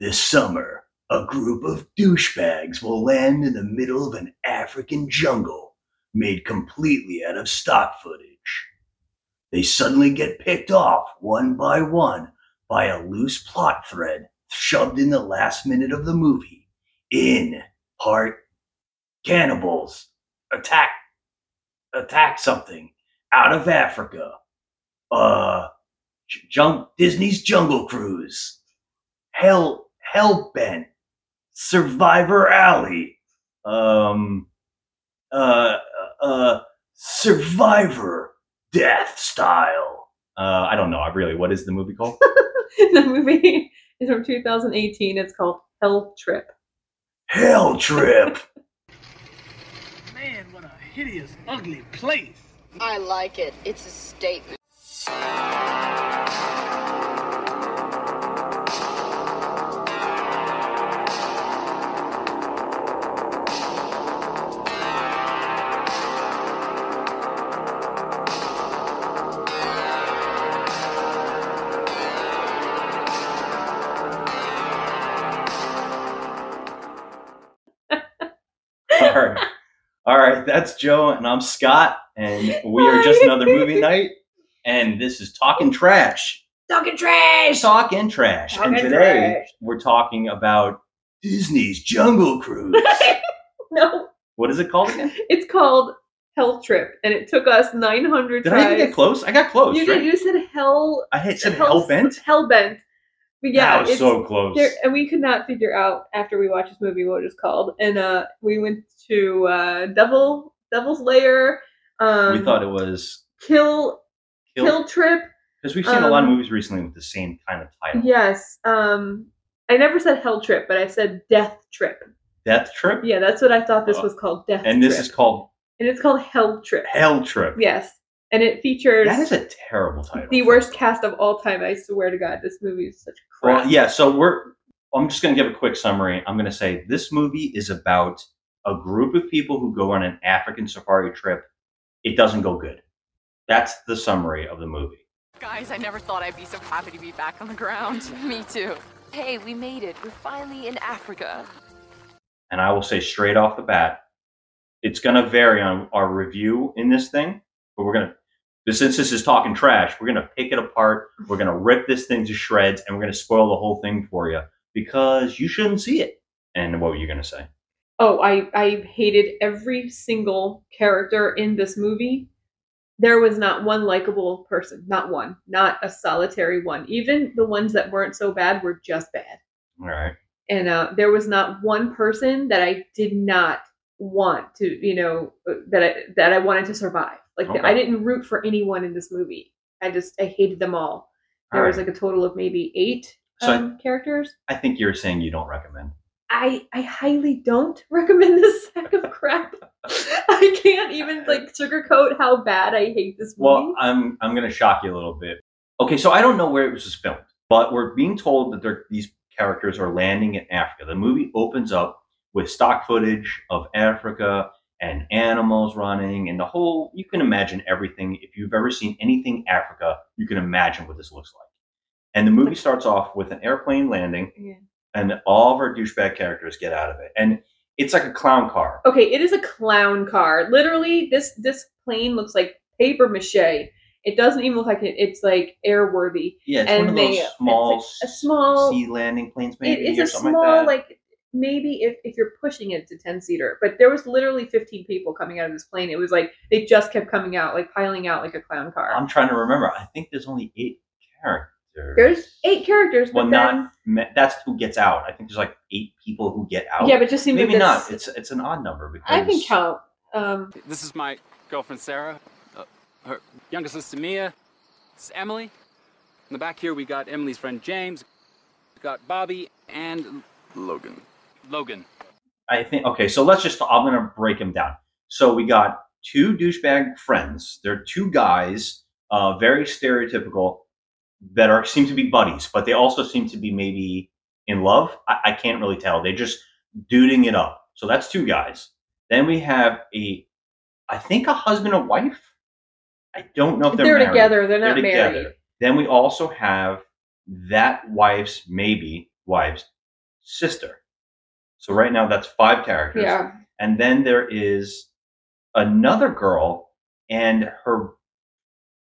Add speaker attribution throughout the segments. Speaker 1: This summer, a group of douchebags will land in the middle of an African jungle made completely out of stock footage. They suddenly get picked off one by one by a loose plot thread shoved in the last minute of the movie. In part cannibals attack attack something out of Africa. Uh J- Jung- Disney's Jungle Cruise. Hell Hellbent. Survivor Alley. Um uh uh Survivor Death Style. Uh I don't know. I really what is the movie called?
Speaker 2: the movie is from 2018. It's called Hell Trip.
Speaker 1: Hell Trip.
Speaker 3: Man, what a hideous, ugly place.
Speaker 4: I like it. It's a statement.
Speaker 1: All right. All right. That's Joe, and I'm Scott, and we are just another movie night. And this is Talking Trash.
Speaker 2: Talking trash.
Speaker 1: Talking Trash. and
Speaker 2: Talking
Speaker 1: today
Speaker 2: Trash.
Speaker 1: we're talking about Disney's Jungle Cruise.
Speaker 2: No,
Speaker 1: what is it called again?
Speaker 2: it's called Hell Trip, and it took us 900
Speaker 1: Did
Speaker 2: tries.
Speaker 1: I even get close? I got close.
Speaker 2: You
Speaker 1: right?
Speaker 2: did. You said Hell.
Speaker 1: I had said
Speaker 2: hell,
Speaker 1: Hellbent.
Speaker 2: Hellbent. But yeah,
Speaker 1: that was
Speaker 2: it's-
Speaker 1: so close.
Speaker 2: There, and we could not figure out after we watched this movie what it was called. And uh, we went to uh, Devil Devil's Lair. Um,
Speaker 1: we thought it was
Speaker 2: Kill Kill,
Speaker 1: because
Speaker 2: Trip.
Speaker 1: we've seen a lot of
Speaker 2: um,
Speaker 1: movies recently with the same kind of title.
Speaker 2: Yes. Um, I never said Hell Trip, but I said Death Trip.
Speaker 1: Death Trip.
Speaker 2: Yeah, that's what I thought this
Speaker 1: Uh,
Speaker 2: was called. Death.
Speaker 1: And this
Speaker 2: Trip.
Speaker 1: is called
Speaker 2: and it's called Hell Trip.
Speaker 1: Hell Trip.
Speaker 2: Yes, and it features
Speaker 1: That is a terrible title.
Speaker 2: the worst cast of all time. I swear to God, this movie is such crap.
Speaker 1: Well, yeah, so we're. I'm just going to give a quick summary. I'm going to say this movie is about a group of people who go on an African safari trip. It doesn't go good. That's the summary of the movie.
Speaker 5: Guys, I never thought I'd be so happy to be back on the ground. Me too. Hey, we made it. We're finally in Africa.
Speaker 1: And I will say straight off the bat, it's going to vary on our review in this thing, but we're going to, since this is talking trash, we're going to pick it apart. We're going to rip this thing to shreds and we're going to spoil the whole thing for you because you shouldn't see it. And what were you going to say?
Speaker 2: Oh, I I hated every single character in this movie. There was not one likable person, not one, not a solitary one. Even the ones that weren't so bad were just bad.
Speaker 1: All right.
Speaker 2: And uh, there was not one person that I did not want to, you know, uh, that I, that I wanted to survive. Like
Speaker 1: Okay.
Speaker 2: I didn't root for anyone in this movie. I just I hated them all. There
Speaker 1: All
Speaker 2: was
Speaker 1: right.
Speaker 2: like a total of maybe eight
Speaker 1: So I-
Speaker 2: um, characters.
Speaker 1: I think you're saying you don't recommend.
Speaker 2: I I highly don't recommend this sack of crap. I can't even like sugarcoat how bad I hate this movie.
Speaker 1: Well, I'm I'm gonna shock you a little bit. Okay, so I don't know where it was filmed, but we're being told that they're, these characters are landing in Africa. The movie opens up with stock footage of Africa and animals running, and the whole. You can imagine everything. If you've ever seen anything Africa, you can imagine what this looks like. And the movie starts off with an airplane landing,
Speaker 2: Yeah.
Speaker 1: and all of our douchebag characters get out of it, and it's like a clown car.
Speaker 2: okay, it is a clown car. Literally, this this plane looks like paper mache. It doesn't even look like it. It's like airworthy.
Speaker 1: Yeah, it's one of
Speaker 2: And
Speaker 1: those
Speaker 2: they- it's
Speaker 1: small,
Speaker 2: like a small-
Speaker 1: sea landing planes, maybe or
Speaker 2: It is a
Speaker 1: something
Speaker 2: small
Speaker 1: like that.
Speaker 2: like maybe if if you're pushing it to ten seater, but there was literally fifteen people coming out of this plane. It was like they just kept coming out, like piling out like a clown car.
Speaker 1: I'm trying to remember. I think there's only eight characters.
Speaker 2: There's eight characters,
Speaker 1: Well,
Speaker 2: but then,
Speaker 1: not me- that's who gets out. I think there's like eight people who get out.
Speaker 2: yeah, but it just seems
Speaker 1: maybe
Speaker 2: like
Speaker 1: not.
Speaker 2: this-
Speaker 1: It's it's an odd number because
Speaker 2: I can count. Um,
Speaker 6: This is my girlfriend Sarah, uh, her younger sister Mia. This is Emily. In the back here we got Emily's friend James, we got Bobby and Logan. Logan.
Speaker 1: I think okay. So let's just. I'm gonna break them down. So we got two douchebag friends. They're two guys, uh, very stereotypical, that are seem to be buddies, but they also seem to be maybe in love. I, I can't really tell. They're just duding it up. So that's two guys. Then we have a, I think a husband and wife. I don't know if they're,
Speaker 2: they're
Speaker 1: married.
Speaker 2: together. They're not
Speaker 1: They're
Speaker 2: married.
Speaker 1: together. Then we also have that wife's maybe wife's sister. So right now that's five characters.
Speaker 2: Yeah.
Speaker 1: And then there is another girl and her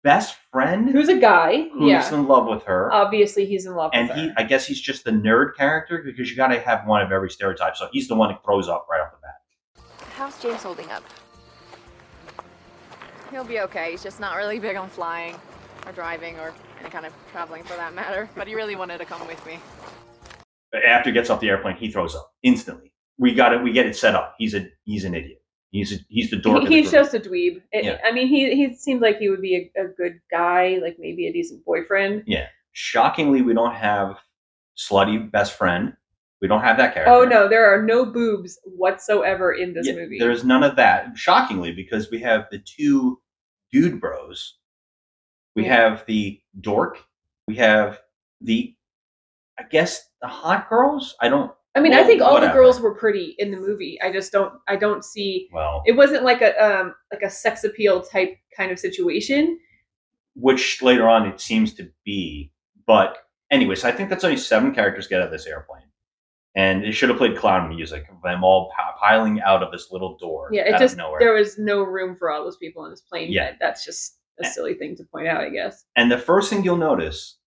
Speaker 1: best friend
Speaker 2: Who's a guy?
Speaker 1: who's
Speaker 2: yeah. Oh,
Speaker 1: in love with her.
Speaker 2: Obviously, he's in love
Speaker 1: and
Speaker 2: with
Speaker 1: he
Speaker 2: her.
Speaker 1: I guess he's just the nerd character because you gotta have one of every stereotype. So he's the one that throws up right off the bat.
Speaker 4: How's James holding up? He'll be okay. He's just not really big on flying or driving or any kind of traveling for that matter. But he really wanted to come with me.
Speaker 1: after he gets off the airplane, he throws up instantly. We got it. We get it set up. He's a he's an idiot. He's a, he's the dork. of the
Speaker 2: he's
Speaker 1: group.
Speaker 2: just a dweeb. It-
Speaker 1: Yeah.
Speaker 2: I mean, he he seemed like he would be a, a good guy, like maybe a decent boyfriend.
Speaker 1: shockingly we don't have slutty best friend. We don't have that character.
Speaker 2: Oh no, there are no boobs whatsoever in this
Speaker 1: Yeah,
Speaker 2: movie.
Speaker 1: There's none of that. Shockingly, because we have the two dude bros. We
Speaker 2: Yeah.
Speaker 1: have the dork. We have the, I guess the hot girls. I don't.
Speaker 2: I mean, I
Speaker 1: well,
Speaker 2: think all the
Speaker 1: whatever.
Speaker 2: girls were pretty in the movie. I just don't I don't see
Speaker 1: Well,
Speaker 2: it wasn't like a um like a sex appeal type kind of situation.
Speaker 1: which later on it seems to be. But anyways, I think that's only seven characters get out of this airplane, and it should have played clown music of them all p- piling out of this little door.
Speaker 2: Yeah, it
Speaker 1: out
Speaker 2: just
Speaker 1: of nowhere.
Speaker 2: there was no room for all those people on this plane.
Speaker 1: Yeah.
Speaker 2: but That's just a silly thing to point out, I guess.
Speaker 1: and the first thing you'll notice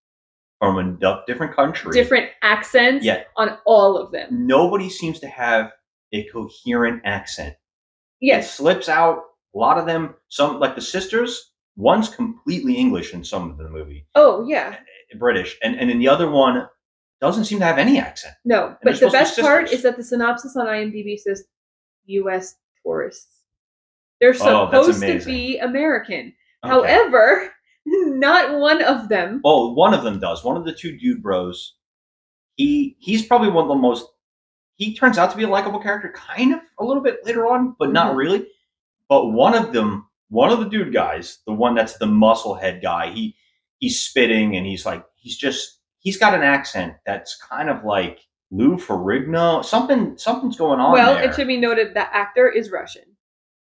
Speaker 1: from a du- different country,
Speaker 2: Different accents
Speaker 1: Yeah.
Speaker 2: on all of them.
Speaker 1: nobody seems to have a coherent accent. it
Speaker 2: Yes.
Speaker 1: slips out. A lot of them, some like the sisters, one's completely English in some of the movie,
Speaker 2: Oh yeah.
Speaker 1: British, and and then the other one doesn't seem to have any accent.
Speaker 2: No, but the
Speaker 1: they're supposed to be
Speaker 2: best part
Speaker 1: sisters.
Speaker 2: is that the synopsis on IMDb says U.S. tourists. They're
Speaker 1: Oh, that's
Speaker 2: supposed to
Speaker 1: amazing.
Speaker 2: be American.
Speaker 1: Okay.
Speaker 2: However, not one of them.
Speaker 1: Oh, one of them does. One of the two dude bros. He he's probably one of the most. He turns out to be a likable character, kind of a little bit later on, but not
Speaker 2: Mhm.
Speaker 1: really. But one of them, one of the dude guys, the one that's the muscle head guy, he he's spitting and he's like he's just he's got an accent that's kind of like Lou Ferrigno. Something something's going on.
Speaker 2: Well,
Speaker 1: there.
Speaker 2: it should be noted that actor is Russian.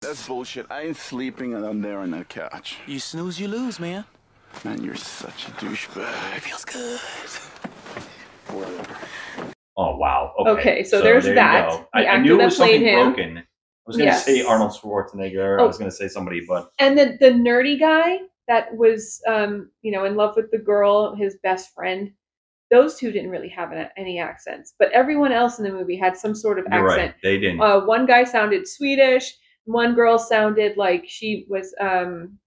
Speaker 7: That's bullshit. I ain't sleeping and I'm there on that couch.
Speaker 8: You snooze, you lose, man.
Speaker 7: Man, you're such a douchebag.
Speaker 8: Feels good.
Speaker 7: Whatever.
Speaker 1: Oh wow. Okay,
Speaker 2: Okay, so there's
Speaker 1: there you
Speaker 2: that.
Speaker 1: go.
Speaker 2: The
Speaker 1: I, I
Speaker 2: actor
Speaker 1: knew
Speaker 2: that
Speaker 1: it was something
Speaker 2: played him.
Speaker 1: broken. I was gonna
Speaker 2: Yes.
Speaker 1: say Arnold Schwarzenegger. I
Speaker 2: Oh.
Speaker 1: was gonna say somebody, but
Speaker 2: And then the nerdy guy that was, um, you know, in love with the girl, his best friend. Those two didn't really have an, any accents, but everyone else in the movie had some sort of
Speaker 1: You're
Speaker 2: accent.
Speaker 1: right. They didn't.
Speaker 2: Uh, one guy sounded Swedish. One girl sounded like she was um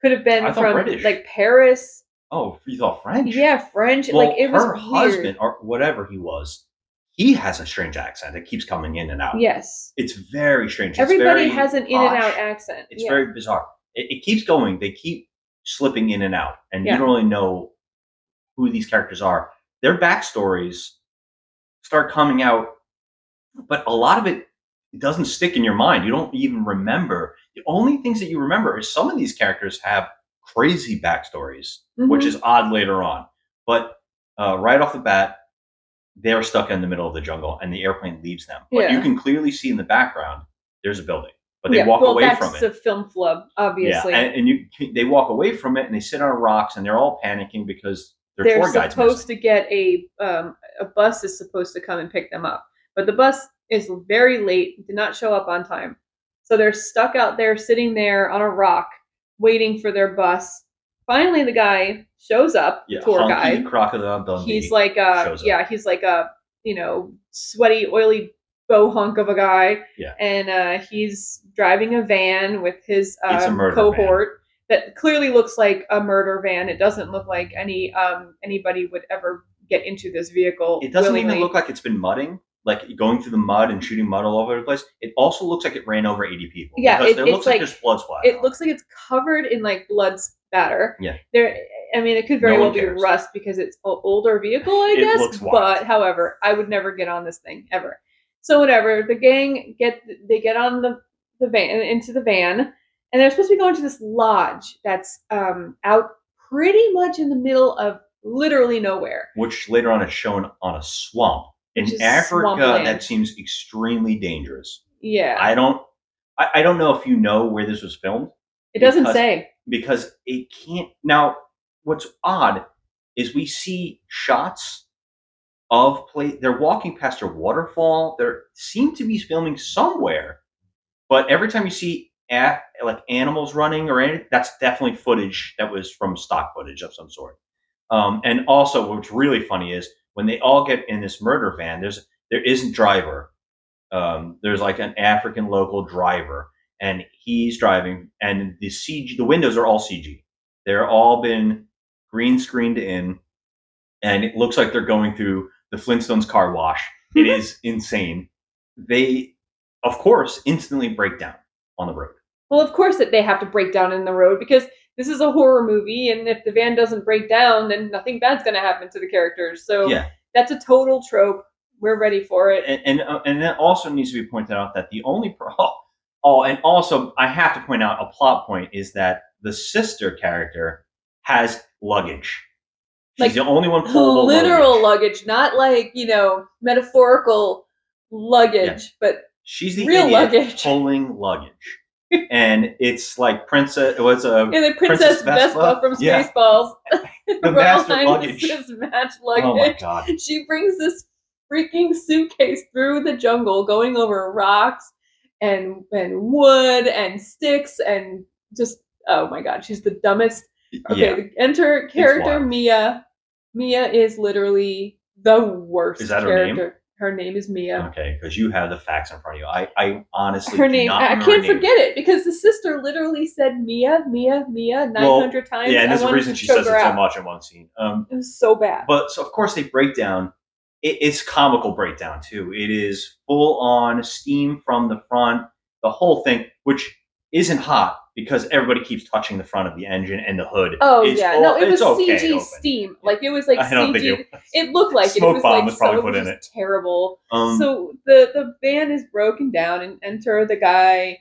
Speaker 2: could have been
Speaker 1: I thought
Speaker 2: from
Speaker 1: British.
Speaker 2: like Paris.
Speaker 1: oh, he's all French.
Speaker 2: Yeah, French.
Speaker 1: Well,
Speaker 2: like it was
Speaker 1: her husband or whatever he was. He has a strange accent that keeps coming in and out.
Speaker 2: Weird. Yes,
Speaker 1: It's very strange. It's
Speaker 2: everybody
Speaker 1: very
Speaker 2: has an in and
Speaker 1: posh.
Speaker 2: out accent.
Speaker 1: It's
Speaker 2: yeah.
Speaker 1: very bizarre. It, it keeps going. They keep slipping in and out, and
Speaker 2: Yeah.
Speaker 1: you don't really know who these characters are. Their backstories start coming out, but a lot of it doesn't stick in your mind. You don't even remember. The only things that you remember is some of these characters have crazy backstories which
Speaker 2: Mhm.
Speaker 1: is odd later on. But uh, right off the bat, they're stuck in the middle of the jungle, and the airplane leaves them. But
Speaker 2: Yeah.
Speaker 1: you can clearly see in the background there's a building, but they
Speaker 2: Yeah,
Speaker 1: walk
Speaker 2: well,
Speaker 1: away
Speaker 2: that's
Speaker 1: from it.
Speaker 2: a film flub,
Speaker 1: yeah,
Speaker 2: obviously.
Speaker 1: and, and you they walk away from it, and they sit on rocks, and they're all panicking because their
Speaker 2: They're
Speaker 1: tour guide's
Speaker 2: supposed
Speaker 1: missing.
Speaker 2: to get a um, a bus is supposed to come and pick them up, but the bus is very late. Did not show up on time, so they're stuck out there, sitting there on a rock, waiting for their bus. Finally, the guy shows up.
Speaker 1: Yeah,
Speaker 2: tour
Speaker 1: hunky
Speaker 2: guide.
Speaker 1: crocodile Dundee.
Speaker 2: He's like a
Speaker 1: shows up.
Speaker 2: yeah, he's like a you know sweaty, oily bow hunk of a guy.
Speaker 1: Yeah.
Speaker 2: and uh, he's driving a van with his
Speaker 1: It's a
Speaker 2: um,
Speaker 1: murder
Speaker 2: cohort that clearly looks like a murder van. It doesn't look like any um, anybody would ever get into this vehicle.
Speaker 1: it doesn't even
Speaker 2: willingly.
Speaker 1: look like it's been mudding. Like going through the mud and shooting mud all over the place. It also looks like it ran over eighty people.
Speaker 2: Yeah,
Speaker 1: because
Speaker 2: it-
Speaker 1: there
Speaker 2: it's
Speaker 1: looks like,
Speaker 2: like-
Speaker 1: there's blood splatter.
Speaker 2: It looks like it's covered in like blood spatter.
Speaker 1: Yeah.
Speaker 2: There, I mean, it could very
Speaker 1: No one
Speaker 2: well be
Speaker 1: cares.
Speaker 2: rust because it's an older vehicle, I
Speaker 1: It
Speaker 2: guess.
Speaker 1: looks wild.
Speaker 2: but however, I would never get on this thing ever. So whatever, the gang get they get on the the van into the van, and they're supposed to be going to this lodge that's um out pretty much in the middle of literally nowhere.
Speaker 1: which later on is shown on a swamp
Speaker 2: Which
Speaker 1: in
Speaker 2: is
Speaker 1: Africa
Speaker 2: swampland.
Speaker 1: that seems extremely dangerous.
Speaker 2: Yeah,
Speaker 1: I don't, I, I don't know if you know where this was filmed
Speaker 2: it doesn't
Speaker 1: because-
Speaker 2: say.
Speaker 1: because it can't. Now, what's odd is we see shots of play. They're walking past a waterfall. They seem to be filming somewhere, but every time you see a- like animals running or anything, that's definitely footage that was from stock footage of some sort. Um, and also, what's really funny is when they all get in this murder van. There's there isn't driver. Um, there's like an African local driver, and he's driving, and the CG the windows are all CG. They're all been green screened in and it looks like they're going through the Flintstones car wash. It
Speaker 2: Mm-hmm.
Speaker 1: is insane. They, of course, instantly break down on the road.
Speaker 2: Well, of course that they have to break down in the road because this is a horror movie, and if the van doesn't break down, then nothing bad's going to happen to the characters. So
Speaker 1: Yeah.
Speaker 2: that's a total trope. We're ready for it.
Speaker 1: And and, uh, and that also needs to be pointed out that the only pro- oh, oh, and also I have to point out a plot point is that the sister character has luggage. She's
Speaker 2: Like,
Speaker 1: the only one pullable
Speaker 2: Literal
Speaker 1: luggage.
Speaker 2: luggage, not like you know metaphorical luggage, but
Speaker 1: She's the
Speaker 2: real
Speaker 1: idiot
Speaker 2: luggage.
Speaker 1: pulling luggage, and it's like princess. It was a
Speaker 2: and the
Speaker 1: Princess
Speaker 2: Princess Vespa
Speaker 1: Vespa?
Speaker 2: from
Speaker 1: Yeah.
Speaker 2: Spaceballs.
Speaker 1: the master luggage.
Speaker 2: This match
Speaker 1: Oh my
Speaker 2: luggage.
Speaker 1: god!
Speaker 2: she brings this freaking suitcase through the jungle, going over rocks and and wood and sticks and just oh my god, she's the dumbest. Okay,
Speaker 1: yeah.
Speaker 2: the- enter character
Speaker 1: wild.
Speaker 2: Mia. Mia is literally the worst
Speaker 1: Is that her name?
Speaker 2: character. Her name is Mia.
Speaker 1: Okay, because you have the facts in front of you. I, I honestly
Speaker 2: Her
Speaker 1: do
Speaker 2: name,
Speaker 1: not
Speaker 2: I
Speaker 1: remember
Speaker 2: can't
Speaker 1: her name.
Speaker 2: forget it because the sister literally said Mia, Mia, Mia 900
Speaker 1: Well,
Speaker 2: times.
Speaker 1: Yeah, and
Speaker 2: I
Speaker 1: there's a
Speaker 2: wanted
Speaker 1: reason
Speaker 2: to
Speaker 1: she
Speaker 2: choke
Speaker 1: says it
Speaker 2: her
Speaker 1: so
Speaker 2: out.
Speaker 1: much in one scene. Um,
Speaker 2: It was so bad.
Speaker 1: but so of course they break down. It, it's comical breakdown too. It is full on steam from the front, the whole thing, which isn't hot because everybody keeps touching the front of the engine and the hood.
Speaker 2: Oh
Speaker 1: It's
Speaker 2: yeah,
Speaker 1: all-
Speaker 2: no, it was
Speaker 1: it's okay
Speaker 2: CG
Speaker 1: open.
Speaker 2: steam. Like it was like
Speaker 1: I don't
Speaker 2: CG.
Speaker 1: think it
Speaker 2: It looked like it.
Speaker 1: Smoke
Speaker 2: it was
Speaker 1: bomb
Speaker 2: like
Speaker 1: was probably
Speaker 2: so
Speaker 1: put in
Speaker 2: just terrible.
Speaker 1: Um,
Speaker 2: so the the van is broken down, and enter the guy,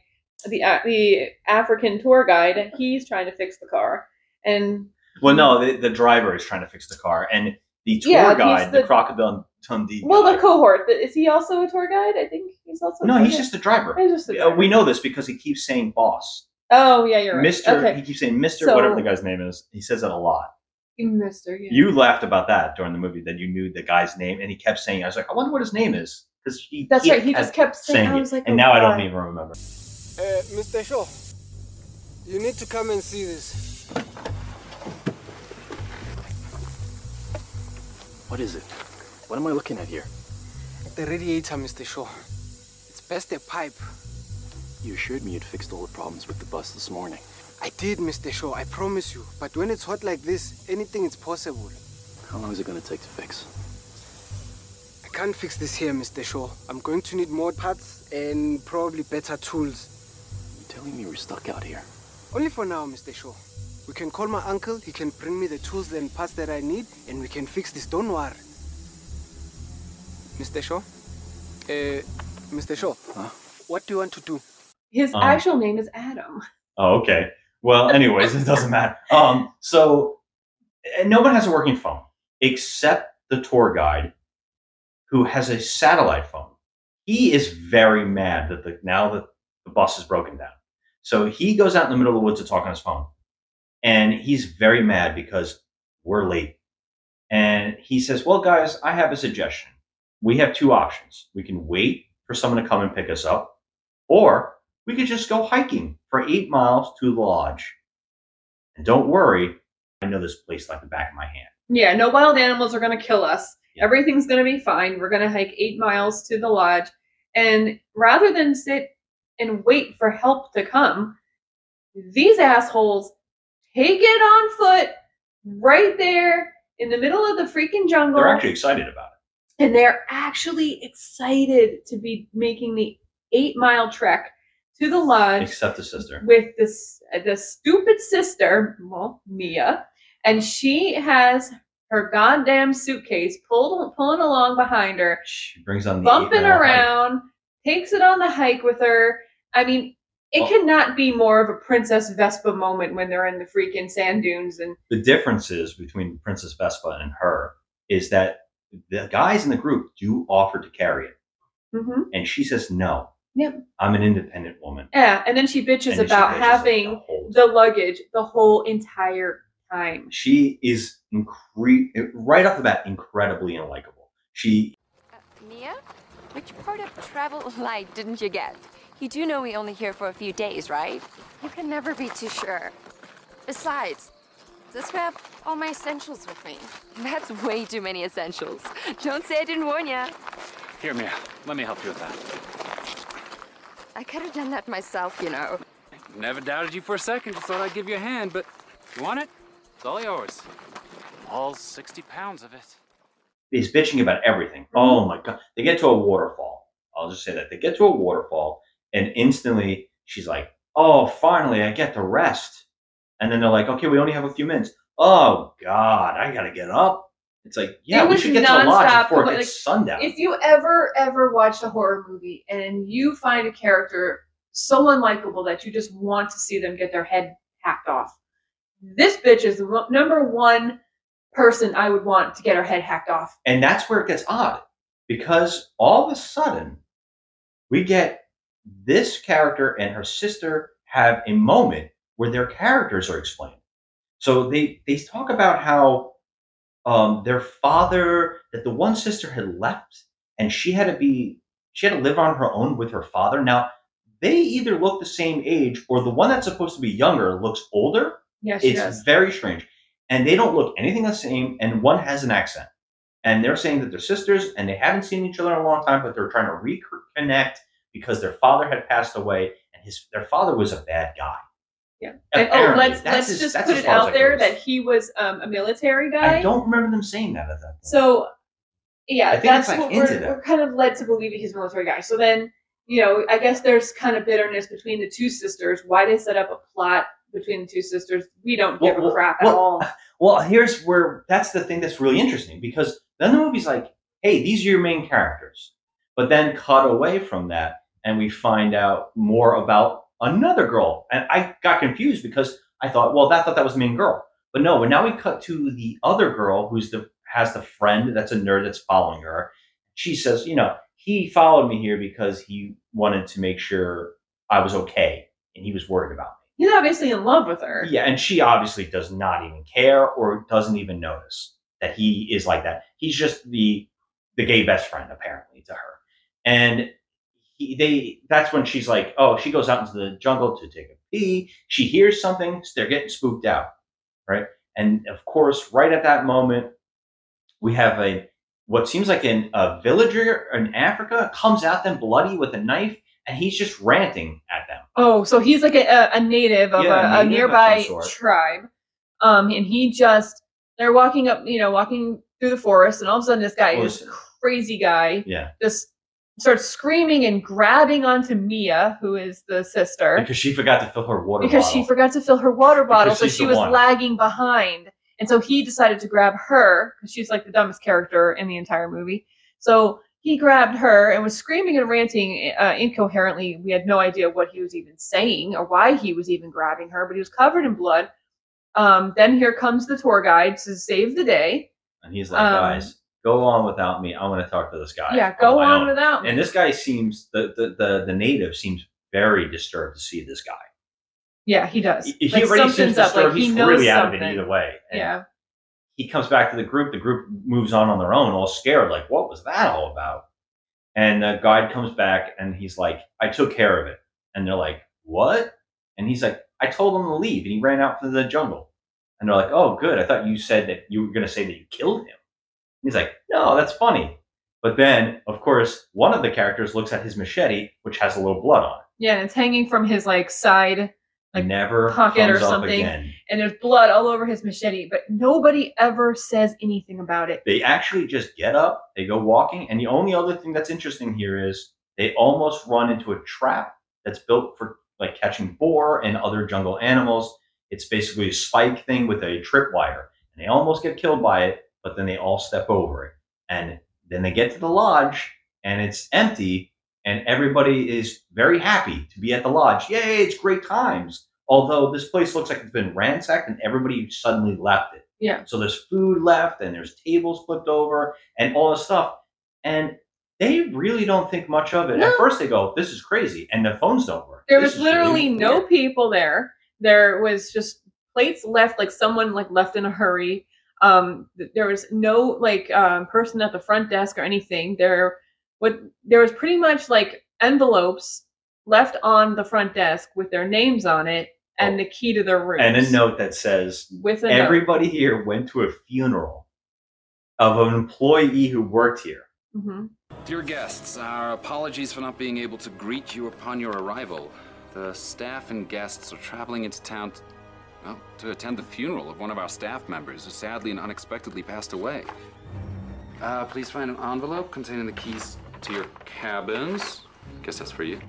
Speaker 2: the A- the African tour guide. He's trying to fix the car, and
Speaker 1: well, no, the, the driver is trying to fix the car, and the tour
Speaker 2: Yeah, he's
Speaker 1: guide, the,
Speaker 2: the-
Speaker 1: crocodile Dundee.
Speaker 2: well, the
Speaker 1: guy-
Speaker 2: cohort. the- Is he also a tour guide? I think he's also. a
Speaker 1: no,
Speaker 2: tour
Speaker 1: he's
Speaker 2: guide.
Speaker 1: just the driver.
Speaker 2: He's just a
Speaker 1: Uh,
Speaker 2: guy.
Speaker 1: we know this because he keeps saying boss.
Speaker 2: oh yeah, you're right.
Speaker 1: Mr.
Speaker 2: Okay.
Speaker 1: He keeps saying Mr.
Speaker 2: So-
Speaker 1: whatever the guy's name is. He says that a lot.
Speaker 2: Mister. Yeah.
Speaker 1: You laughed about that during the movie that you knew the guy's name and he kept saying, I was like, I wonder what his name is. Because he
Speaker 2: That's right. He
Speaker 1: kept
Speaker 2: just kept saying.
Speaker 1: saying
Speaker 2: I
Speaker 1: it.
Speaker 2: was like,
Speaker 1: and
Speaker 2: oh,
Speaker 1: now I
Speaker 2: God.
Speaker 1: don't even remember.
Speaker 8: Uh, Mr. Shaw, you need to come and see this.
Speaker 9: What is it? What am I looking at here?
Speaker 8: The radiator, Mr. Shaw. It's past a pipe.
Speaker 9: You assured me you'd fixed all the problems with the bus this morning.
Speaker 8: I did, Mr. Shaw, I promise you. But when it's hot like this, anything is possible.
Speaker 9: How long is it going to take to fix?
Speaker 8: I can't fix this here, Mr. Shaw. I'm going to need more parts and probably better tools.
Speaker 9: You're telling me we're stuck out here.
Speaker 8: Only for now, Mr. Shaw. We can call my uncle, he can bring me the tools and parts that I need, and we can fix this, don't worry. Mr. Shaw? Uh, Mr. Shaw?
Speaker 9: Huh?
Speaker 8: What do you want to do?
Speaker 2: His
Speaker 1: Um,
Speaker 2: actual name is Adam.
Speaker 1: Oh, okay. Well, anyways, it doesn't matter. Um, so and no one has a working phone except the tour guide who has a satellite phone. He is very mad that the now that the bus is broken down. So he goes out in the middle of the woods to talk on his phone. And he's very mad because we're late. And he says, Well, guys, I have a suggestion. We have two options. We can wait for someone to come and pick us up, or we could just go hiking for eight miles to the lodge. And don't worry, I know this place like the back of my hand.
Speaker 2: Yeah, no wild animals are going to kill us.
Speaker 1: Yeah.
Speaker 2: Everything's going to be fine. We're going to hike eight miles to the lodge. And rather than sit and wait for help to come, these assholes take it on foot right there in the middle of the freaking jungle.
Speaker 1: They're actually excited about it.
Speaker 2: and they're actually excited to be making the eight mile trek to the lodge
Speaker 1: Except the sister.
Speaker 2: with this uh, the stupid sister, well, Mia, and she has her goddamn suitcase pulled pulling along behind her,
Speaker 1: She brings on the
Speaker 2: bumping
Speaker 1: eight-mile hike.
Speaker 2: around, takes it on the hike with her. I mean, it
Speaker 1: Oh.
Speaker 2: cannot be more of a Princess Vespa moment when they're in the freaking sand dunes and
Speaker 1: The differences between Princess Vespa and her is that the guys in the group do offer to carry it.
Speaker 2: Mhm.
Speaker 1: And she says, No.
Speaker 2: Yep.
Speaker 1: I'm an independent woman.
Speaker 2: yeah, and then she bitches
Speaker 1: And she
Speaker 2: about
Speaker 1: bitches about
Speaker 2: having
Speaker 1: the whole
Speaker 2: the luggage the whole entire time.
Speaker 1: she is incre- right off the bat incredibly unlikable.
Speaker 10: She
Speaker 4: Mia, which part of travel light didn't you get? You do know we only here for a few days, right?
Speaker 11: You can never be too sure. Besides, this map, all my essentials with me.
Speaker 4: That's way too many essentials. Don't say I didn't warn ya.
Speaker 12: Here, Mia, let me help you with that.
Speaker 11: I could have done that myself, you know.
Speaker 12: Never doubted you for a second, just thought I'd give you a hand, but you want it? It's all yours. All 60 pounds of it.
Speaker 1: is bitching about everything.
Speaker 2: Mm-hmm.
Speaker 1: Oh my god! They get to a waterfall. I'll just say that they get to a waterfall, and instantly she's like, "Oh, finally, I get to rest." And then they're like, "Okay, we only have a few minutes." Oh god, I gotta get up. It's like, yeah, we
Speaker 2: was
Speaker 1: should get to the lodge
Speaker 2: nonstop,
Speaker 1: before
Speaker 2: but,
Speaker 1: it
Speaker 2: like,
Speaker 1: gets sundown.
Speaker 2: If you ever, ever watched a horror movie and you find a character so unlikable that you just want to see them get their head hacked off, this bitch is the one- number one person I would want to get her head hacked off.
Speaker 1: And that's where it gets odd because all of a sudden we get this character and her sister have a moment where their characters are explained. So they they talk about how um, their father that the one sister had left and she had to be she had to live on her own with her father. Now they either look the same age or the one that's supposed to be younger looks older
Speaker 2: Yes, she
Speaker 1: it's
Speaker 2: does.
Speaker 1: very strange. And they don't look anything the same, and one has an accent. And they're saying that they're sisters and they haven't seen each other in a long time, but they're trying to reconnect because their father had passed away and his their father was a bad guy.
Speaker 2: Yeah. And, oh,
Speaker 1: Apparently,
Speaker 2: let's
Speaker 1: that's
Speaker 2: let's
Speaker 1: as-
Speaker 2: just
Speaker 1: that's
Speaker 2: put
Speaker 1: as
Speaker 2: it
Speaker 1: far as
Speaker 2: out
Speaker 1: I
Speaker 2: there
Speaker 1: goes.
Speaker 2: that he was um, a military guy.
Speaker 1: I don't remember them saying that at that point.
Speaker 2: So, yeah,
Speaker 1: I think
Speaker 2: that's
Speaker 1: it's, like,
Speaker 2: what
Speaker 1: into
Speaker 2: we're,
Speaker 1: that.
Speaker 2: we're kind of led to believe that he's a military guy. So then, you know, I guess there's kind of bitterness between the two sisters. Why they set up a plot between the two sisters, we don't give
Speaker 1: Well, well,
Speaker 2: a crap at
Speaker 1: well,
Speaker 2: all.
Speaker 1: Well, here's where that's the thing that's really interesting because then the movie's like, hey, these are your main characters. But then cut away from that, and we find out more about another girl. And I got confused because I thought, well, that thought that was the main girl. But no, now we cut to the other girl who's the has the friend that's a nerd that's following her. She says, you know, he followed me here because he wanted to make sure I was okay and he was worried about me.
Speaker 2: He's obviously in love with her.
Speaker 1: Yeah, and she obviously does not even care or doesn't even notice that he is like that. He's just the the gay best friend apparently to her. And he, they that's when she's like, oh, she goes out into the jungle to take a pee. She hears something, so they're getting spooked out, right? And of course, right at that moment, we have a what seems like an, a villager in Africa comes at them bloody with a knife, and he's just ranting at them.
Speaker 2: Oh, so he's like a, a- a native of
Speaker 1: Yeah,
Speaker 2: a,
Speaker 1: a native
Speaker 2: a
Speaker 1: of
Speaker 2: nearby
Speaker 1: some sort.
Speaker 2: tribe. Um, and he just, they're walking up, you know, walking through the forest, and all of a sudden this guy, this crazy guy,
Speaker 1: Yeah,
Speaker 2: just starts screaming and grabbing onto Mia, who is the sister.
Speaker 1: because she forgot to fill her water
Speaker 2: because
Speaker 1: bottle.
Speaker 2: she forgot to fill her water bottle,
Speaker 1: Because
Speaker 2: so
Speaker 1: she's
Speaker 2: she
Speaker 1: the
Speaker 2: was
Speaker 1: one.
Speaker 2: lagging behind. And so he decided to grab her because she's like the dumbest character in the entire movie. So he grabbed her and was screaming and ranting uh, incoherently. We had no idea what he was even saying or why he was even grabbing her, but he was covered in blood. Um, then here comes the tour guide to save the day.
Speaker 1: And he's like,
Speaker 2: Um,
Speaker 1: guys, go on without me. I want to talk to this guy.
Speaker 2: yeah, go
Speaker 1: my
Speaker 2: on
Speaker 1: own."
Speaker 2: without me.
Speaker 1: And this guy seems the the, the the native seems very disturbed to see this guy.
Speaker 2: yeah, he does.
Speaker 1: He, he
Speaker 2: Like,
Speaker 1: already seems
Speaker 2: something's up,
Speaker 1: disturbed.
Speaker 2: like, he
Speaker 1: he's
Speaker 2: knows
Speaker 1: really out of it
Speaker 2: something.
Speaker 1: either way. And
Speaker 2: Yeah,
Speaker 1: He comes back to the group. The group moves on on their own, all scared, like, what was that all about? And the guide comes back and he's like, I took care of it. And they're like, what? And he's like, I told him to leave, and he ran out to the jungle. And they're like, oh, good. I thought you said that you were going to say that you killed him. He's like, no, that's funny. But then, of course, one of the characters looks at his machete, which has a little blood on it.
Speaker 2: yeah, and it's hanging from his like side Like,
Speaker 1: Never
Speaker 2: pocket
Speaker 1: comes
Speaker 2: or
Speaker 1: up
Speaker 2: something.
Speaker 1: again.
Speaker 2: and there's blood all over his machete, but nobody ever says anything about it.
Speaker 1: They actually just get up, they go walking, and the only other thing that's interesting here is they almost run into a trap that's built for like catching boar and other jungle animals. It's basically a spike thing with a tripwire, and they almost get killed by it, but then they all step over it. And then they get to the lodge, and it's empty, and everybody is very happy to be at the lodge. Yay, it's great times. Although this place looks like it's been ransacked, and everybody suddenly left it.
Speaker 2: Yeah.
Speaker 1: So there's food left and there's tables flipped over and all this stuff. And they really don't think much of it. At
Speaker 2: No.
Speaker 1: first they go, This is crazy. And their phones don't work.
Speaker 2: There
Speaker 1: This is
Speaker 2: was
Speaker 1: really
Speaker 2: literally no
Speaker 1: weird.
Speaker 2: people there. There was just plates left, like someone like left in a hurry. Um, th- there was no like um, person at the front desk or anything. There, what there was pretty much like envelopes left on the front desk with their names on it and the key to their room
Speaker 1: Oh. and a note that says
Speaker 2: with a note.
Speaker 1: everybody here went to a funeral of an employee who worked here.
Speaker 2: Mhm.
Speaker 6: Dear guests, our apologies for not being able to greet you upon your arrival. The staff and guests are traveling into town t- well, to attend the funeral of one of our staff members who sadly and unexpectedly passed away. Uh, please find an envelope containing the keys to your cabins. Guess that's for you.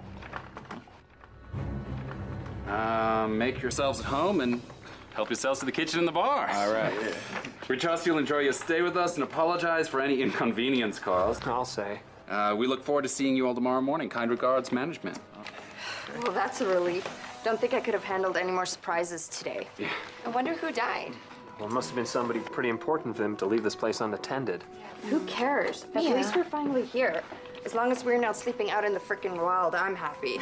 Speaker 6: Uh, make yourselves at home and help yourselves to the kitchen and the bar. All right. We trust you'll enjoy your stay with us and apologize for any inconvenience caused. I'll say. Uh, we look forward to seeing you all tomorrow morning. Kind regards, management.
Speaker 11: Well, that's a relief. Don't think I could have handled any more surprises today. I wonder who died.
Speaker 9: Well, it must have been somebody pretty important for them to leave this place unattended.
Speaker 11: Who cares? At
Speaker 9: Yeah.
Speaker 11: least we're finally here. As long as we're not sleeping out in the freaking wild, I'm happy.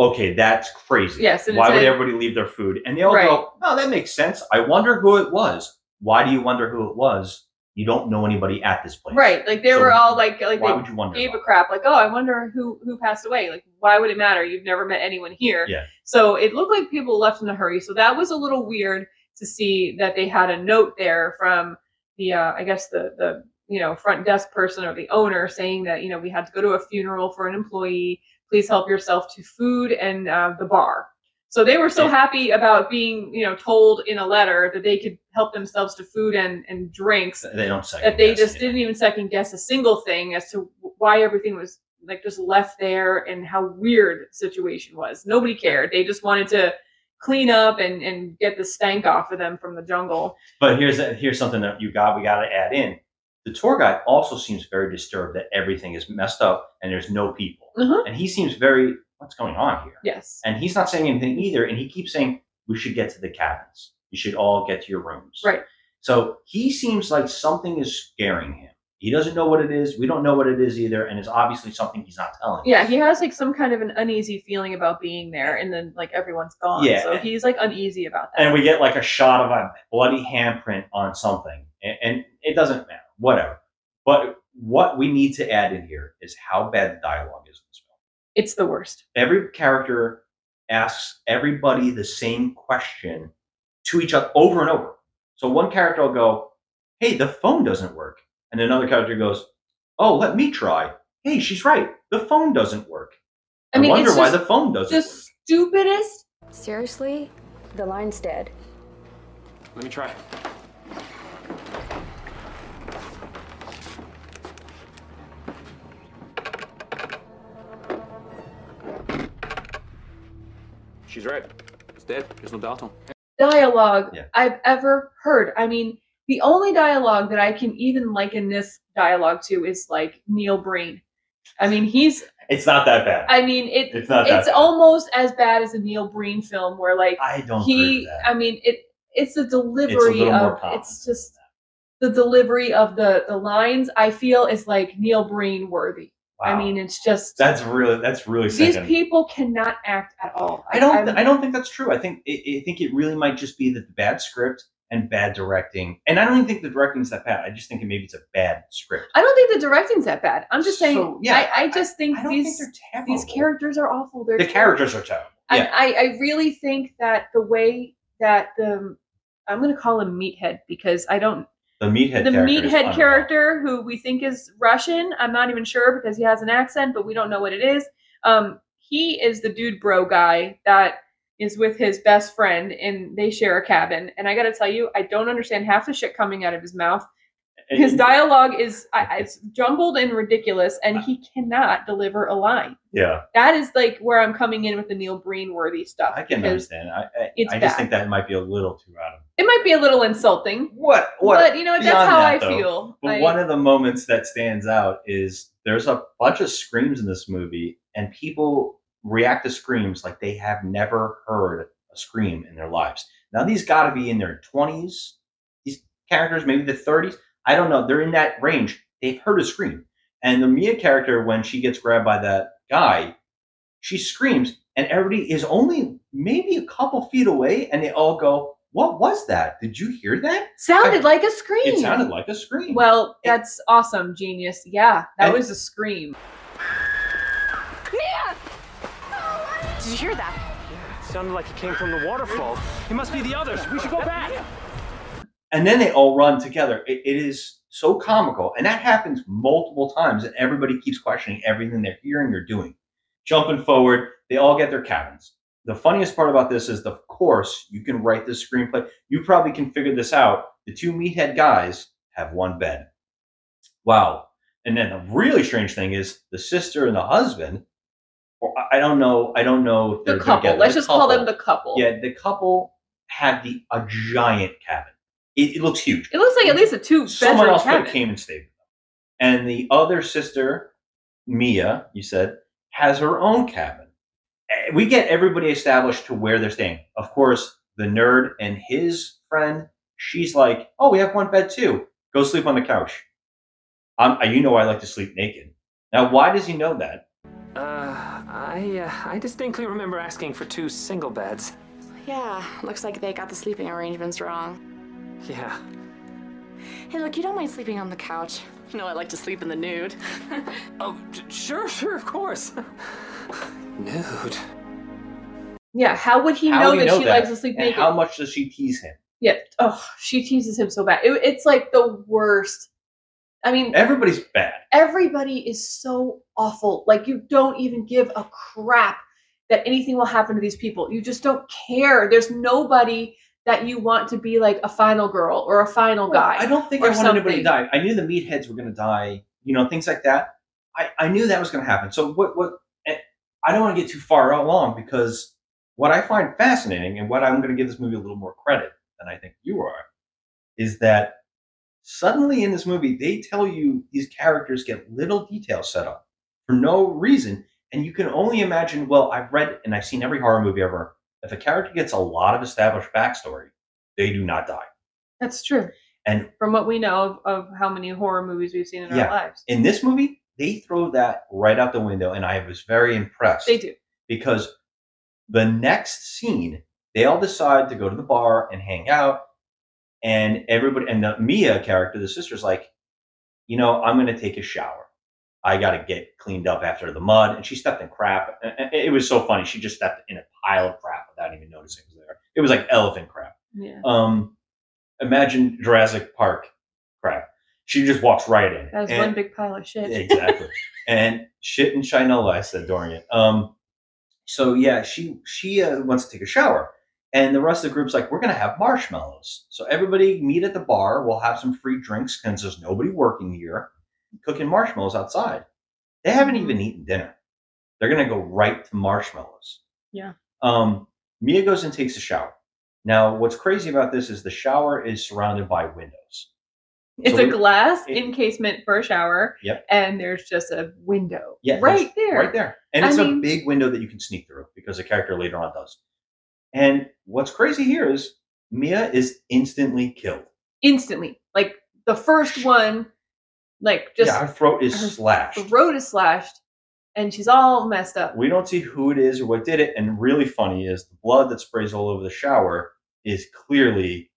Speaker 1: Okay, that's crazy.
Speaker 11: Yes, and
Speaker 1: Why
Speaker 11: it's
Speaker 1: would
Speaker 11: a-
Speaker 1: everybody leave their food? And they all
Speaker 11: Right.
Speaker 1: go, "No, that makes sense. I wonder who it was." Why do you wonder who it was? You don't know anybody at this place.
Speaker 2: Right, like they
Speaker 1: So
Speaker 2: were all like, like
Speaker 1: why
Speaker 2: they
Speaker 1: would you wonder
Speaker 2: gave a crap. Like, oh, I wonder who who passed away. Like, why would it matter? You've never met anyone here.
Speaker 1: Yeah.
Speaker 2: So it looked like people left in a hurry. So that was a little weird to see that they had a note there from the, uh, I guess the the you know front desk person or the owner saying that you know we had to go to a funeral for an employee. Please help yourself to food and uh, the bar. So they were so happy about being you know told in a letter that they could help themselves to food and and drinks
Speaker 1: They don't second
Speaker 2: that they just didn't even second guess a single thing as to wh- why everything was like just left there and how weird the situation was. Nobody cared. They just wanted to clean up and and get the stank off of them from the jungle.
Speaker 1: But here's here's something that you got. We got to add in. The tour guide also seems very disturbed that everything is messed up and there's no people.
Speaker 2: Mm-hmm.
Speaker 1: And he seems very, what's going on here?
Speaker 2: Yes.
Speaker 1: And he's not saying anything either. And he keeps saying, we should get to the cabins. You should all get to your rooms.
Speaker 2: Right.
Speaker 1: So he seems like something is scaring him. He doesn't know what it is. We don't know what it is either. And it's obviously something he's not telling.
Speaker 2: Yeah, he has like some kind of an uneasy feeling about being there and then like everyone's gone.
Speaker 1: Yeah.
Speaker 2: So he's like uneasy about that.
Speaker 1: and we get like a shot of a bloody handprint on something, and, and it doesn't matter, whatever. But what we need to add in here is how bad the dialogue is.
Speaker 2: It's the worst.
Speaker 1: Every character asks everybody the same question to each other over and over. So one character will go, "Hey, the phone doesn't work," and another character goes, "Oh, let me try." Hey, she's right. The phone doesn't work. I, wonder
Speaker 11: it's
Speaker 1: why
Speaker 11: just
Speaker 1: the phone doesn't.
Speaker 11: the
Speaker 1: work.
Speaker 11: stupidest. Seriously, the line's dead.
Speaker 9: Let me try. She's right. It's dead. There's no doubt on.
Speaker 2: dialogue I've ever heard. I mean, the only dialogue that I can even liken this dialogue to is like Neil Breen. I mean, he's.
Speaker 1: It's not that bad.
Speaker 2: I mean, it,
Speaker 1: It's not that
Speaker 2: it's
Speaker 1: bad.
Speaker 2: almost as bad as a Neil Breen film where like
Speaker 1: I don't agree
Speaker 2: he.
Speaker 1: with that.
Speaker 2: I mean, it. It's the
Speaker 1: It's a
Speaker 2: delivery
Speaker 1: little more
Speaker 2: of.
Speaker 1: common
Speaker 2: It's just the delivery of the the lines. I feel is like Neil Breen worthy. I
Speaker 1: Wow.
Speaker 2: mean, it's just
Speaker 1: That's really that's really
Speaker 2: these
Speaker 1: sickening.
Speaker 2: people cannot act at all.
Speaker 1: I don't.
Speaker 2: I'm-
Speaker 1: I don't think that's true. I think. I I think it really might just be that the bad script and bad directing. And I don't even think the directing is that bad. I just think that maybe it's a bad script.
Speaker 2: I don't think the directing's that bad. I'm just saying.
Speaker 1: So, yeah,
Speaker 2: I, I just think these these characters are awful. They're
Speaker 1: the characters are terrible.
Speaker 2: And I, I really think that the way that the I'm going to call him Meathead because I don't
Speaker 1: The meathead.
Speaker 2: the
Speaker 1: character is
Speaker 2: Meathead
Speaker 1: un-
Speaker 2: character who we think is Russian. I'm not even sure because he has an accent, but we don't know what it is. Um, he is the dude bro guy that is with his best friend and they share a cabin. And I got to tell you, I don't understand half the shit coming out of his mouth. His dialogue is I- I- it's jumbled and ridiculous, and he cannot deliver a line.
Speaker 1: Yeah,
Speaker 2: That is like where I'm coming in with the Neil Breen worthy stuff.
Speaker 1: I can
Speaker 2: because
Speaker 1: understand. I I,
Speaker 2: it's
Speaker 1: I just
Speaker 2: bad.
Speaker 1: think that might be a little too out of.
Speaker 2: It might be a little insulting.
Speaker 1: What? what
Speaker 2: But you know what? That's
Speaker 1: beyond
Speaker 2: how
Speaker 1: that,
Speaker 2: I
Speaker 1: though,
Speaker 2: feel.
Speaker 1: But
Speaker 2: Like,
Speaker 1: one of the moments that stands out is there's a bunch of screams in this movie, and people react to screams like they have never heard a scream in their lives. Now these got to be in their 20s. These characters, maybe the 30s. I don't know. They're in that range. They've heard a scream. And the Mia character, when she gets grabbed by that guy, she screams, and everybody is only maybe a couple feet away, and they all go, What was that? Did you hear that? I-
Speaker 2: Sounded like a scream.
Speaker 1: It sounded like a scream.
Speaker 2: Well, that's awesome, genius. Yeah, that
Speaker 1: And-
Speaker 2: was a scream.
Speaker 4: Mia! Did you hear that?
Speaker 13: It sounded like it came from the waterfall. It must be the others. We should go back.
Speaker 1: and then they all run together. It, it is so comical, and that happens multiple times, and everybody keeps questioning everything they're hearing or doing. Jumping forward, they all get their cabins. The funniest part about this is, of course, you can write this screenplay. You probably can figure this out. The two meathead guys have one bed. Wow. And then the really strange thing is the sister and the husband, or I- I don't know, I don't know. if
Speaker 2: The
Speaker 1: they're
Speaker 2: couple.
Speaker 1: together.
Speaker 2: Let's
Speaker 1: The
Speaker 2: just call them
Speaker 1: couple.
Speaker 2: the couple.
Speaker 1: Yeah, the couple had the a giant cabin. It, it looks huge.
Speaker 2: It looks like at least a two
Speaker 1: Someone
Speaker 2: bedroom
Speaker 1: else could have
Speaker 2: cabin.
Speaker 1: came and stayed. with them. And the other sister, Mia, you said, has her own cabin. Eh, We get everybody established to where they're staying. Of course, the nerd and his friend, she's like, "Oh, we have one bed too. Go sleep on the couch." Um, you know, I like to sleep naked. Now, why does he know that?
Speaker 13: Uh, I uh, I distinctly remember asking for two single beds.
Speaker 11: Yeah, looks like they got the sleeping arrangements wrong.
Speaker 13: Yeah.
Speaker 11: Hey, look, you don't mind sleeping on the couch. You know I like to sleep in the nude.
Speaker 13: Oh, j- sure, sure, of course. Nude.
Speaker 2: Yeah, how would he
Speaker 1: How
Speaker 2: know
Speaker 1: do you
Speaker 2: that she likes to sleep
Speaker 1: And
Speaker 2: naked?
Speaker 1: How much does she tease him?
Speaker 2: yeah. Oh, she teases him so bad. It- it's like the worst. I mean,
Speaker 1: Everybody's bad.
Speaker 2: everybody is so awful. Like you don't even give a crap that anything will happen to these people. You just don't care. There's nobody that you want to be like a final girl or a final guy.
Speaker 1: I don't think I
Speaker 2: or
Speaker 1: wanted anybody to
Speaker 2: something.
Speaker 1: die. I knew the meatheads were going to die. You know, things like that. I, I knew that was going to happen. So what? What? eh, I don't want to get too far along because what I find fascinating and what I'm going to give this movie a little more credit than I think you are is that suddenly in this movie they tell you these characters get little details set up for no reason, and you can only imagine. Well, I've read and I've seen every horror movie ever. If a character gets a lot of established backstory, they do not die.
Speaker 2: That's true.
Speaker 1: And
Speaker 2: From what we know of, of how many horror movies we've seen in
Speaker 1: Yeah.
Speaker 2: our lives,
Speaker 1: in this movie, they throw that right out the window, and I was very impressed
Speaker 2: they do.
Speaker 1: because the next scene, they all decide to go to the bar and hang out, and everybody and the Mia character, the sister's like, you know, I'm gonna take a shower. I gotta get cleaned up after the mud, and she stepped in crap. A- a- It was so funny. She just stepped in a pile of crap without even noticing it was there. It was like elephant crap.
Speaker 2: Yeah.
Speaker 1: Um, imagine Jurassic Park crap. She just walks right in.
Speaker 2: That was
Speaker 1: And-
Speaker 2: one big pile of shit.
Speaker 1: exactly. and shit and Shinola, I said during it. Um, so yeah, she she uh, wants to take a shower, and the rest of the group's like, we're gonna have marshmallows. So everybody meet at the bar. We'll have some free drinks because there's nobody working here, cooking marshmallows outside. They haven't
Speaker 2: Mm-hmm.
Speaker 1: even eaten dinner. They're gonna go right to marshmallows.
Speaker 2: Yeah.
Speaker 1: Um, Mia goes and takes a shower. Now, what's crazy about this is the shower is surrounded by windows.
Speaker 2: It's
Speaker 1: So
Speaker 2: a
Speaker 1: we-
Speaker 2: glass
Speaker 1: it-
Speaker 2: encasement for a shower,
Speaker 1: Yep.
Speaker 2: and there's just a window
Speaker 1: Yeah,
Speaker 2: right
Speaker 1: there's-
Speaker 2: there.
Speaker 1: Right there. And
Speaker 2: I
Speaker 1: it's a
Speaker 2: mean-
Speaker 1: big window that you can sneak through because the character later on does. And what's crazy here is Mia is instantly killed.
Speaker 2: Instantly, like the first one, like just
Speaker 1: yeah, her throat is
Speaker 2: her
Speaker 1: slashed.
Speaker 2: the road is slashed, and she's all messed up.
Speaker 1: We don't see who it is or what did it. And really funny is the blood that sprays all over the shower is clearly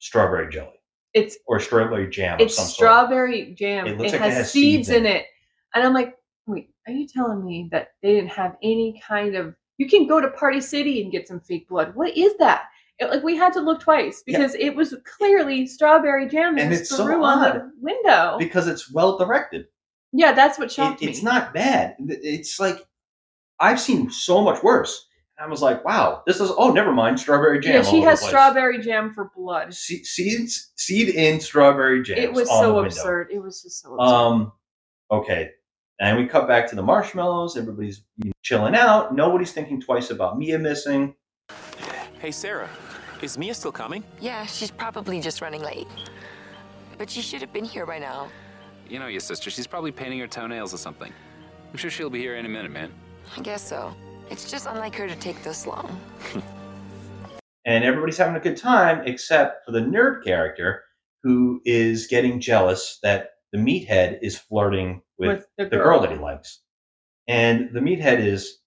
Speaker 1: strawberry jelly
Speaker 2: It's
Speaker 1: or strawberry jam
Speaker 2: it's
Speaker 1: of some
Speaker 2: strawberry jam.
Speaker 1: It
Speaker 2: It,
Speaker 1: looks like it
Speaker 2: has,
Speaker 1: has seeds
Speaker 2: seeds
Speaker 1: in
Speaker 2: in it, and I'm like, wait, are you telling me that they didn't have any kind of? You can go to Party City and get some fake blood. What is that? It- like we had to look twice
Speaker 1: Yeah.
Speaker 2: because it was clearly strawberry jam that
Speaker 1: And
Speaker 2: was
Speaker 1: it's so
Speaker 2: through on the window.
Speaker 1: sort because it's well directed.
Speaker 2: Yeah, that's what
Speaker 1: it,
Speaker 2: shocked me.
Speaker 1: it's not bad. Th- It's like I've seen so much worse. And I was like, wow, this is oh, never mind, strawberry jam.
Speaker 2: yeah,
Speaker 1: all
Speaker 2: she
Speaker 1: over
Speaker 2: has
Speaker 1: the place.
Speaker 2: strawberry jam for blood.
Speaker 1: Se- seeds, seed in strawberry jam.
Speaker 2: it was
Speaker 1: on the
Speaker 2: so
Speaker 1: window.
Speaker 2: absurd. It was just so absurd.
Speaker 1: Um, okay, and we cut back to the marshmallows. Everybody's you know, chilling out. Nobody's thinking twice about Mia missing.
Speaker 9: Hey, Sarah, is Mia still coming?
Speaker 14: Yeah, she's probably just running late. But she should have been here by now.
Speaker 6: You know your sister. She's probably painting her toenails or something. I'm sure she'll be here any minute, man.
Speaker 14: I guess so. It's just unlike her to take this long.
Speaker 1: and everybody's having a good time except for the nerd character who is getting jealous that the meathead is flirting with,
Speaker 2: With the
Speaker 1: girl.
Speaker 2: girl.
Speaker 1: that he likes. And the meathead is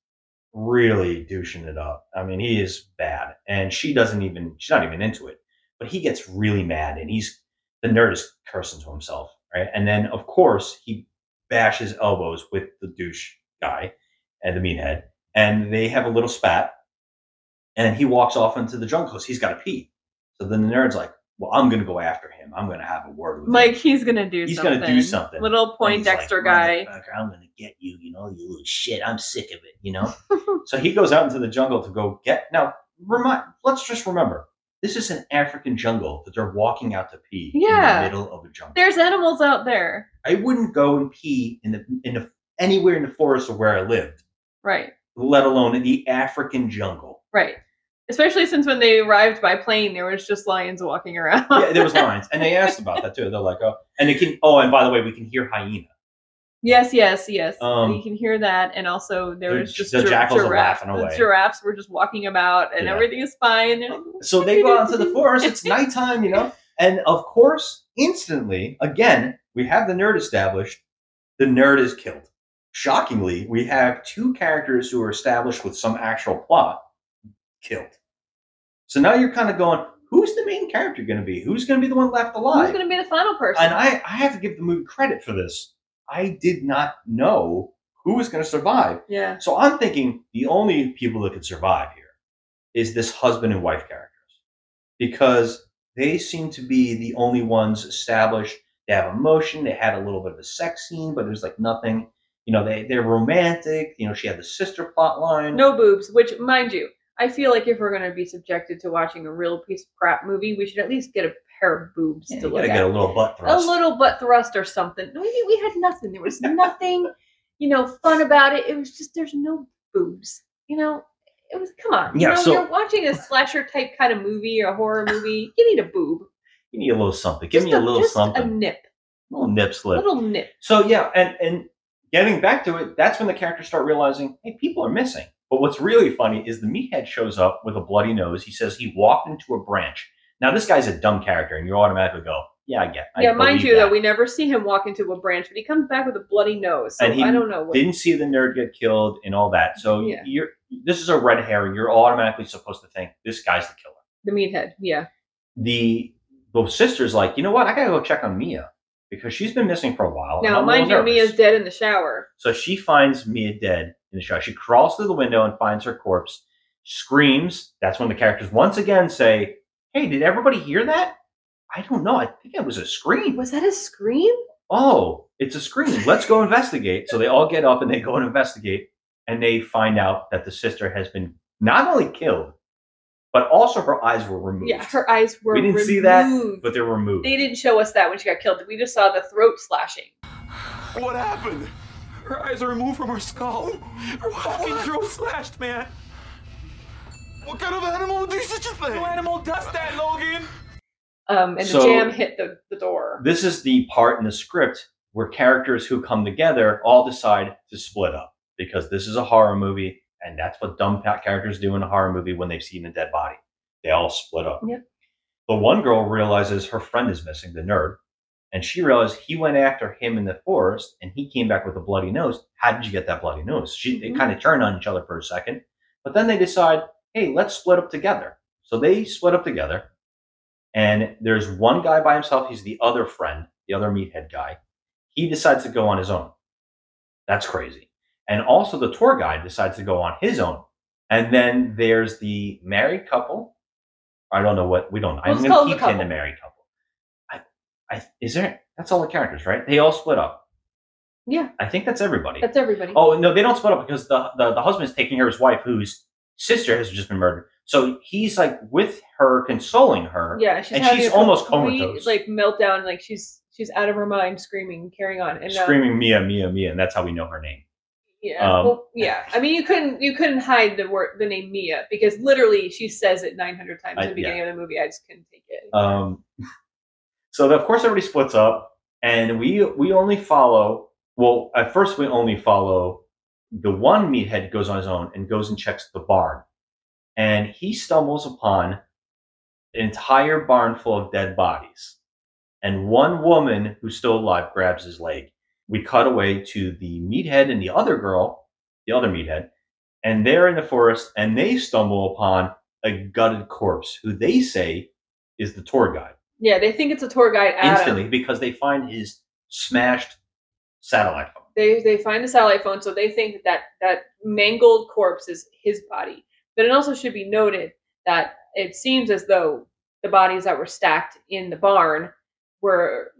Speaker 1: really douching it up. I mean, he is bad, and she doesn't even she's not even into it. But he gets really mad, and he's the nerd is cursing to himself, right? And then of course he bashes elbows with the douche guy and the meathead, and they have a little spat, and he walks off into the jungle because he's got to pee. So then the nerd's like, "Well, I'm going to go after him. I'm going to have a word with
Speaker 2: Like he's gonna do
Speaker 1: He's
Speaker 2: something.
Speaker 1: gonna do something.
Speaker 2: Little Poindexter guy.
Speaker 1: "Motherfucker, I'm gonna get you, you know, you little shit. I'm sick of it, you know. so he goes out into the jungle to go get. Now, remind. Let's just remember, this is an African jungle that they're walking out to pee in
Speaker 2: Yeah.
Speaker 1: the middle of a jungle.
Speaker 2: There's animals out there.
Speaker 1: I wouldn't go and pee in the in the anywhere in the forest or where I lived,
Speaker 2: Right.
Speaker 1: let alone in the African jungle.
Speaker 2: Right. Especially since when they arrived by plane, there was just lions walking around.
Speaker 1: Yeah, there was lions, and they asked about that too. They're like, oh, and they can. Oh, and by the way, we can hear hyena.
Speaker 2: yes, yes, yes.
Speaker 1: Um,
Speaker 2: you can hear that, and also there
Speaker 1: the-
Speaker 2: was just
Speaker 1: the
Speaker 2: gir-
Speaker 1: jackals are
Speaker 2: giraffe-
Speaker 1: laughing away.
Speaker 2: The giraffes were just walking about, and
Speaker 1: Yeah.
Speaker 2: everything is fine. They're like,
Speaker 1: So they go out into the forest. It's nighttime, you know. And of course, instantly, again, we have the nerd established. The nerd is killed. Shockingly, we have two characters who are established with some actual plot killed. So now you're kind of going, who's the main character going to be? Who's going to be the one left alive?
Speaker 2: Who's going to be the final person?
Speaker 1: and I, I have to give the movie credit for this. I did not know who was going to survive.
Speaker 2: Yeah.
Speaker 1: So I'm thinking the only people that could survive here is this husband and wife characters because they seem to be the only ones established. They have emotion. They had a little bit of a sex scene, but it was like nothing. You know, they they're romantic. You know, she had the sister plot line.
Speaker 2: No boobs, which, mind you, I feel like if we're going to be subjected to watching a real piece of crap movie, we should at least get a pair of boobs
Speaker 1: you
Speaker 2: to look
Speaker 1: gotta
Speaker 2: at.
Speaker 1: get a little butt thrust.
Speaker 2: A little butt thrust or something. No, We, we had nothing. There was nothing, you know, fun about it. It was just there's no boobs. You know, it was come on.
Speaker 1: Yeah,
Speaker 2: you know,
Speaker 1: so-
Speaker 2: you're watching a slasher type kind of movie or a horror movie. You need a boob.
Speaker 1: Give me a little something. Give me a little
Speaker 2: just
Speaker 1: something.
Speaker 2: A nip.
Speaker 1: little nip slip.
Speaker 2: Little nip.
Speaker 1: So yeah, and and getting back to it, that's when the characters start realizing, hey, people are missing. But what's really funny is the meathead shows up with a bloody nose. He says he walked into a branch. Now this guy's a dumb character, and you automatically go, yeah, I get. I
Speaker 2: yeah, mind
Speaker 1: believe
Speaker 2: you
Speaker 1: that.
Speaker 2: though, we never see him walk into a branch, but he comes back with a bloody nose. So
Speaker 1: and he
Speaker 2: I don't know what
Speaker 1: didn't see the nerd get killed and all that. So
Speaker 2: Yeah.
Speaker 1: you're this is a red herring. You're automatically supposed to think this guy's the killer.
Speaker 2: the meathead. Yeah.
Speaker 1: The the sister's like, you know what? I gotta go check on Mia because she's been missing for a while. and
Speaker 2: Now,
Speaker 1: Oh, I'm a
Speaker 2: mind you,
Speaker 1: little nervous."
Speaker 2: Mia's dead in the shower.
Speaker 1: So she finds Mia dead in the shower. She crawls through the window and finds her corpse, screams. That's when the characters once again say, Hey, did everybody hear that? I don't know. I think it was a scream.
Speaker 2: Was that a scream?
Speaker 1: Oh, it's a scream. Let's go investigate. So they all get up and they go and investigate. And they find out that the sister has been not only killed, but also her eyes were removed.
Speaker 2: Yeah, her eyes were.
Speaker 1: we didn't
Speaker 2: removed.
Speaker 1: see that, but they were removed.
Speaker 2: They didn't show us that when she got killed. We just saw the throat slashing.
Speaker 9: What happened? Her eyes are removed from her skull. Her fucking throat slashed, man. What kind of animal would do such a thing? No animal does that, Logan.
Speaker 2: Um, and
Speaker 1: So-
Speaker 2: the jam hit the, the door.
Speaker 1: this is the part in the script where characters who come together all decide to split up because this is a horror movie and that's what dumb pa- characters do in a horror movie when they've seen a dead body they all split up
Speaker 2: Yep.
Speaker 1: the one girl realizes her friend is missing the nerd and she realized he went after him in the forest and he came back with a bloody nose how did you get that bloody nose she, they
Speaker 9: Mhm.
Speaker 1: kind of turn on each other for a second but then they decide hey let's split up together so they split up together and there's one guy by himself. He's the other friend, the other meathead guy. He decides to go on his own. That's crazy. And also the tour guide decides to go on his own. And then there's the married couple. I don't know what we don't.
Speaker 2: We'll
Speaker 1: I'm
Speaker 2: just call
Speaker 1: going
Speaker 2: them
Speaker 1: to
Speaker 2: the
Speaker 1: keep saying the
Speaker 2: couple.
Speaker 1: married couple. I, I, is there? That's all the characters, right? They all split up.
Speaker 2: Yeah,
Speaker 1: I think that's everybody.
Speaker 2: that's everybody.
Speaker 1: Oh no, they don't split up because the the, the husband's taking care of his wife, whose sister has just been murdered. So he's like with her, consoling her.
Speaker 2: yeah, she's
Speaker 1: and
Speaker 2: having
Speaker 1: she's
Speaker 2: a
Speaker 1: almost
Speaker 2: complete,
Speaker 1: comatose,
Speaker 2: like meltdown. Like she's she's out of her mind, screaming, carrying on, and uh,
Speaker 1: screaming "Mia, Mia, Mia," and that's how we know her name.
Speaker 2: Yeah,
Speaker 1: um,
Speaker 2: well, yeah. I mean, you couldn't you couldn't hide the word the name Mia because literally she says it nine hundred times
Speaker 1: I-
Speaker 2: in the beginning of the movie. I just couldn't take it.
Speaker 1: Um, so the, of course everybody splits up, and we we only follow. Well, at first we only follow the one meathead goes on his own and goes and checks the barn, and he stumbles upon an entire barn full of dead bodies, and one woman who's still alive grabs his leg. We cut away to the meathead and the other girl, the other meathead, and they're in the forest and they stumble upon a gutted corpse who they say is the tour guide
Speaker 2: Yeah, they think it's a tour guide. Adam.
Speaker 1: instantly because they find his smashed satellite phone.
Speaker 2: they they find the satellite phone, so they think that that, that mangled corpse is his body. But it also should be noted that it seems as though the bodies that were stacked in the barn were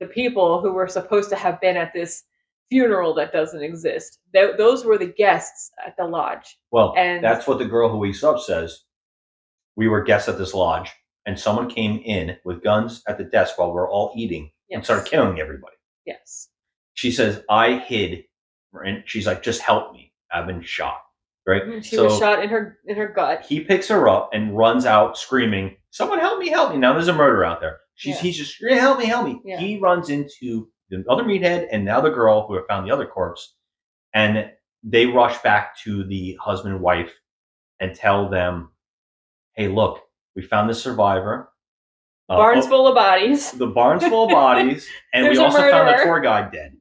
Speaker 2: the people who were supposed to have been at this funeral that doesn't exist. Tho- those were the guests at the lodge.
Speaker 1: Well,
Speaker 2: And-
Speaker 1: that's what the girl who wakes up says. We were guests at this lodge, and someone came in with guns at the desk while we are all eating and
Speaker 2: Yes.
Speaker 1: started killing everybody.
Speaker 2: Yes.
Speaker 1: She says, I hid, and she's like, just help me. I've been shot. Right?
Speaker 2: And Mm, She was shot in her in her gut.
Speaker 1: He picks her up and runs out screaming, Someone help me, help me. Now there's a murderer out there. She's
Speaker 2: Yeah.
Speaker 1: he's just screaming, help me, help me.
Speaker 2: Yeah.
Speaker 1: He runs into the other meathead and the other girl who have found the other corpse, and they rush back to the husband and wife and tell them, Hey, look, we found this survivor. Uh,
Speaker 2: Barn's
Speaker 1: oh,
Speaker 2: full of bodies.
Speaker 1: the barn's full of bodies, and we
Speaker 2: There's a
Speaker 1: also found a
Speaker 2: murderer.
Speaker 1: tour guide dead.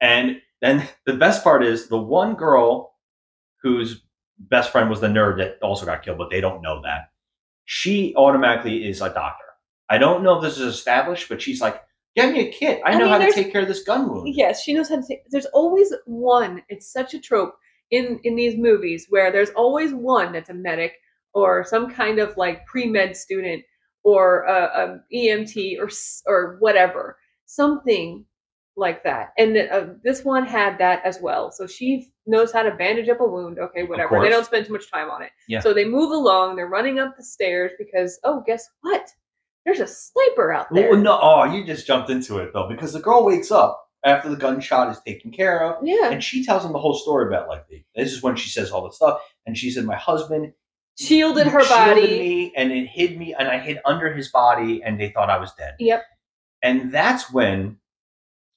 Speaker 1: And then the best part is the one girl whose best friend was the nerd that also got killed, but they don't know that. She automatically is a doctor. I don't know if this is established, but she's like, "Get me a kit. I,
Speaker 2: I
Speaker 1: know
Speaker 2: mean,
Speaker 1: how to
Speaker 2: there's-
Speaker 1: take care of this gun wound."
Speaker 2: Yes, she knows how to take. There's always one. It's such a trope in in these movies where there's always one that's a medic or some kind of like pre med student or a, a EMT or s- or whatever, something like that. And uh, this one had that as well. So she knows how to bandage up a wound. Okay, whatever. They
Speaker 4: course.
Speaker 2: don't spend too much time on it.
Speaker 4: Yeah.
Speaker 2: So they move along. They're running up the stairs because oh, guess what? There's a sniper out there.
Speaker 1: Well, no, oh, you just jumped into it though, because the girl wakes up after the gunshot is taken care of.
Speaker 2: Yeah.
Speaker 1: And she tells him the whole story about like the- this is when she says all the stuff, and she said, "My husband
Speaker 2: Shielded her
Speaker 1: shielded
Speaker 2: body.
Speaker 1: me, and it hid me, and I hid under his body, and they thought I was dead."
Speaker 2: Yep.
Speaker 1: And that's when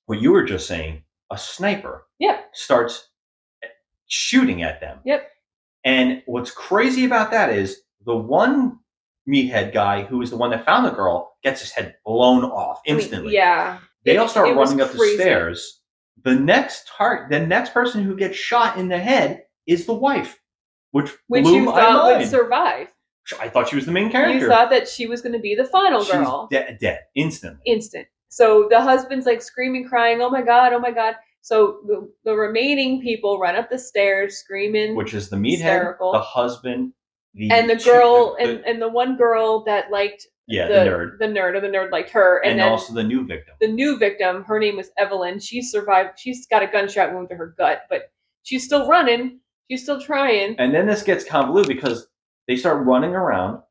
Speaker 1: what you were just saying, a sniper
Speaker 2: Yep.
Speaker 1: starts eh, shooting at them.
Speaker 2: Yep.
Speaker 1: And what's crazy about that is the one meathead guy who is the one that found the girl gets his head blown off
Speaker 2: I mean,
Speaker 1: instantly.
Speaker 2: yeah.
Speaker 1: They all
Speaker 2: It-
Speaker 1: start
Speaker 2: it was
Speaker 1: running up
Speaker 2: crazy.
Speaker 1: the stairs. The next tar- the next person who gets shot in the head is the wife, which,
Speaker 2: which
Speaker 1: blew
Speaker 2: you
Speaker 1: my
Speaker 2: thought would
Speaker 1: mind.
Speaker 2: survive.
Speaker 1: I thought she was the main character.
Speaker 2: You thought that she was going to be the final
Speaker 1: She's
Speaker 2: girl.
Speaker 1: de- dead instantly.
Speaker 2: Instant. So the husband's like screaming, crying, "Oh my god! Oh my god!" So the, the remaining people run up the stairs screaming,
Speaker 1: Which is the meathead,
Speaker 2: Hysterical.
Speaker 1: the husband, the
Speaker 2: and the
Speaker 1: two-
Speaker 2: girl
Speaker 1: the- the-
Speaker 2: and, and the one girl that liked
Speaker 1: Yeah, the nerd.
Speaker 2: the nerd or the nerd liked her, and,
Speaker 1: and
Speaker 2: then
Speaker 1: also the new victim.
Speaker 2: the new victim, her name was Evelyn. She survived. She's got a gunshot wound to her gut, but she's still running. She's still trying.
Speaker 1: And then this gets convoluted because they start running around,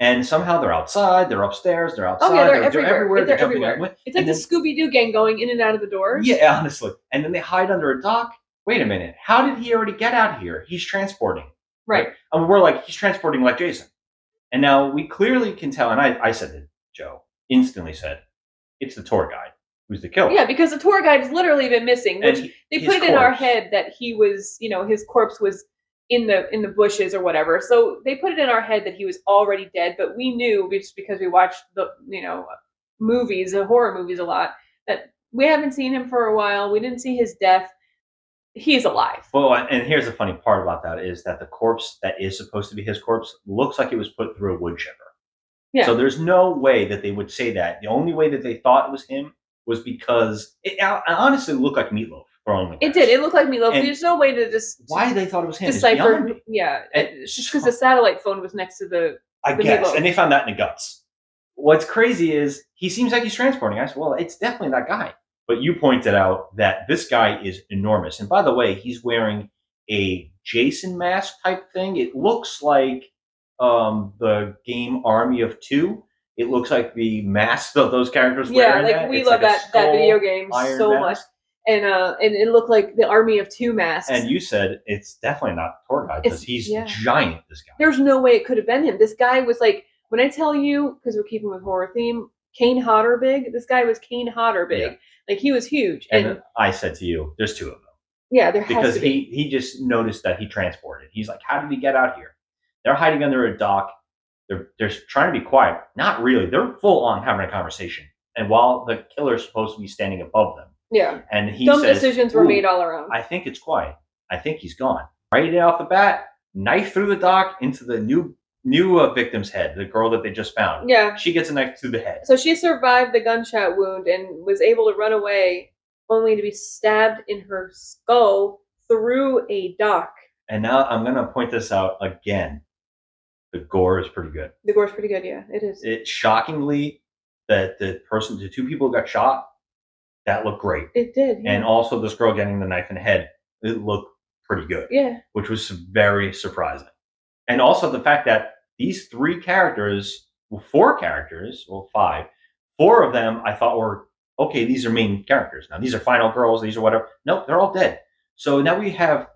Speaker 1: and somehow they're outside, they're upstairs, they're outside,
Speaker 2: Oh yeah, they're,
Speaker 1: they're,
Speaker 2: everywhere.
Speaker 1: everywhere,
Speaker 2: They're
Speaker 1: jumping
Speaker 2: everywhere.
Speaker 1: out win-
Speaker 2: It's like
Speaker 1: and
Speaker 2: the
Speaker 1: then-
Speaker 2: Scooby Doo gang going in and out of the doors.
Speaker 1: Yeah, honestly. And then they hide under a dock. Wait a minute, how did he already get out here? He's transporting.
Speaker 2: Right.
Speaker 1: I mean, we're like, he's transporting like Jason. And now we clearly can tell, and I, I said to Joe, instantly said, it's the tour guide who's the killer.
Speaker 2: Yeah, because the tour guide's literally been missing,
Speaker 1: And
Speaker 2: which
Speaker 1: he-
Speaker 2: they
Speaker 1: his
Speaker 2: put it in our
Speaker 1: corpse.
Speaker 2: head that he was, you know, his corpse was in the in the bushes or whatever. So they put it in our head that he was already dead, but we knew just because we watched the, you know, movies, the horror movies a lot, that we haven't seen him for a while. We didn't see his death. He's alive.
Speaker 1: Well, and here's the funny part about that is that the corpse that is supposed to be his corpse looks like it was put through a wood chipper.
Speaker 2: Yeah.
Speaker 1: So there's no way that they would say that. The only way that they thought it was him was because it I- I honestly looked like meatloaf throwing
Speaker 2: It did. It looked like Meatloaf.
Speaker 1: And
Speaker 2: There's no way to just
Speaker 1: why they thought it was him is beyond
Speaker 2: Decipher.
Speaker 1: me.
Speaker 2: Yeah,
Speaker 1: And-
Speaker 2: it's just because the satellite phone was next to the.
Speaker 1: I
Speaker 2: the
Speaker 1: guess.
Speaker 2: Meatloaf.
Speaker 1: And they found that in the guts. What's crazy is he seems like he's transporting. I said, well, it's definitely that guy. But you pointed out that this guy is enormous. And by the way, he's wearing a Jason mask type thing. It looks like um, the game Army of Two. It looks like the mask that those characters wear.
Speaker 2: yeah
Speaker 1: in
Speaker 2: like
Speaker 1: that.
Speaker 2: we
Speaker 1: It's
Speaker 2: love
Speaker 1: like a
Speaker 2: that that video
Speaker 1: skull
Speaker 2: game
Speaker 1: iron
Speaker 2: so
Speaker 1: mask.
Speaker 2: much and uh and it looked like the army of two masks
Speaker 1: And you said it's definitely not Thor guy because
Speaker 2: It's-
Speaker 1: he's
Speaker 2: yeah.
Speaker 1: giant. This guy.
Speaker 2: there's no way it could have been him this guy was like when i tell you because we're keeping with horror theme kane hodder big this guy was kane hodder big like he was huge and,
Speaker 1: And, I said to you, there's two of them.
Speaker 2: yeah there has
Speaker 1: because
Speaker 2: to be
Speaker 1: he he just noticed that he transported. He's like, "How did he get out here?" They're hiding under a dock. They're they're trying to be quiet. Not really. They're full on having a conversation. And while the killer's supposed to be standing above them,
Speaker 2: yeah
Speaker 1: and he
Speaker 2: dumb
Speaker 1: says,
Speaker 2: decisions were
Speaker 1: "Ooh,
Speaker 2: made all around
Speaker 1: I think it's quiet. I think he's gone. Right off the bat, knife through the dock into the new new uh, victim's head, the girl that they just found.
Speaker 2: Yeah.
Speaker 1: She gets a knife through the head.
Speaker 2: So she survived the gunshot wound and was able to run away, only to be stabbed in her skull through a dock.
Speaker 1: And now I'm gonna point this out again. The gore is pretty good.
Speaker 2: The gore's pretty good, yeah, it is.
Speaker 1: It shockingly that the person, the two people who got shot, that looked great,
Speaker 2: It did. yeah.
Speaker 1: and also this girl getting the knife in the head, it looked pretty good,
Speaker 2: yeah,
Speaker 1: which was very surprising. And also the fact that these three characters, well, four characters, well, five, four of them I thought were okay. These are main characters now. These are final girls. These are whatever. Nope, they're all dead. So now we have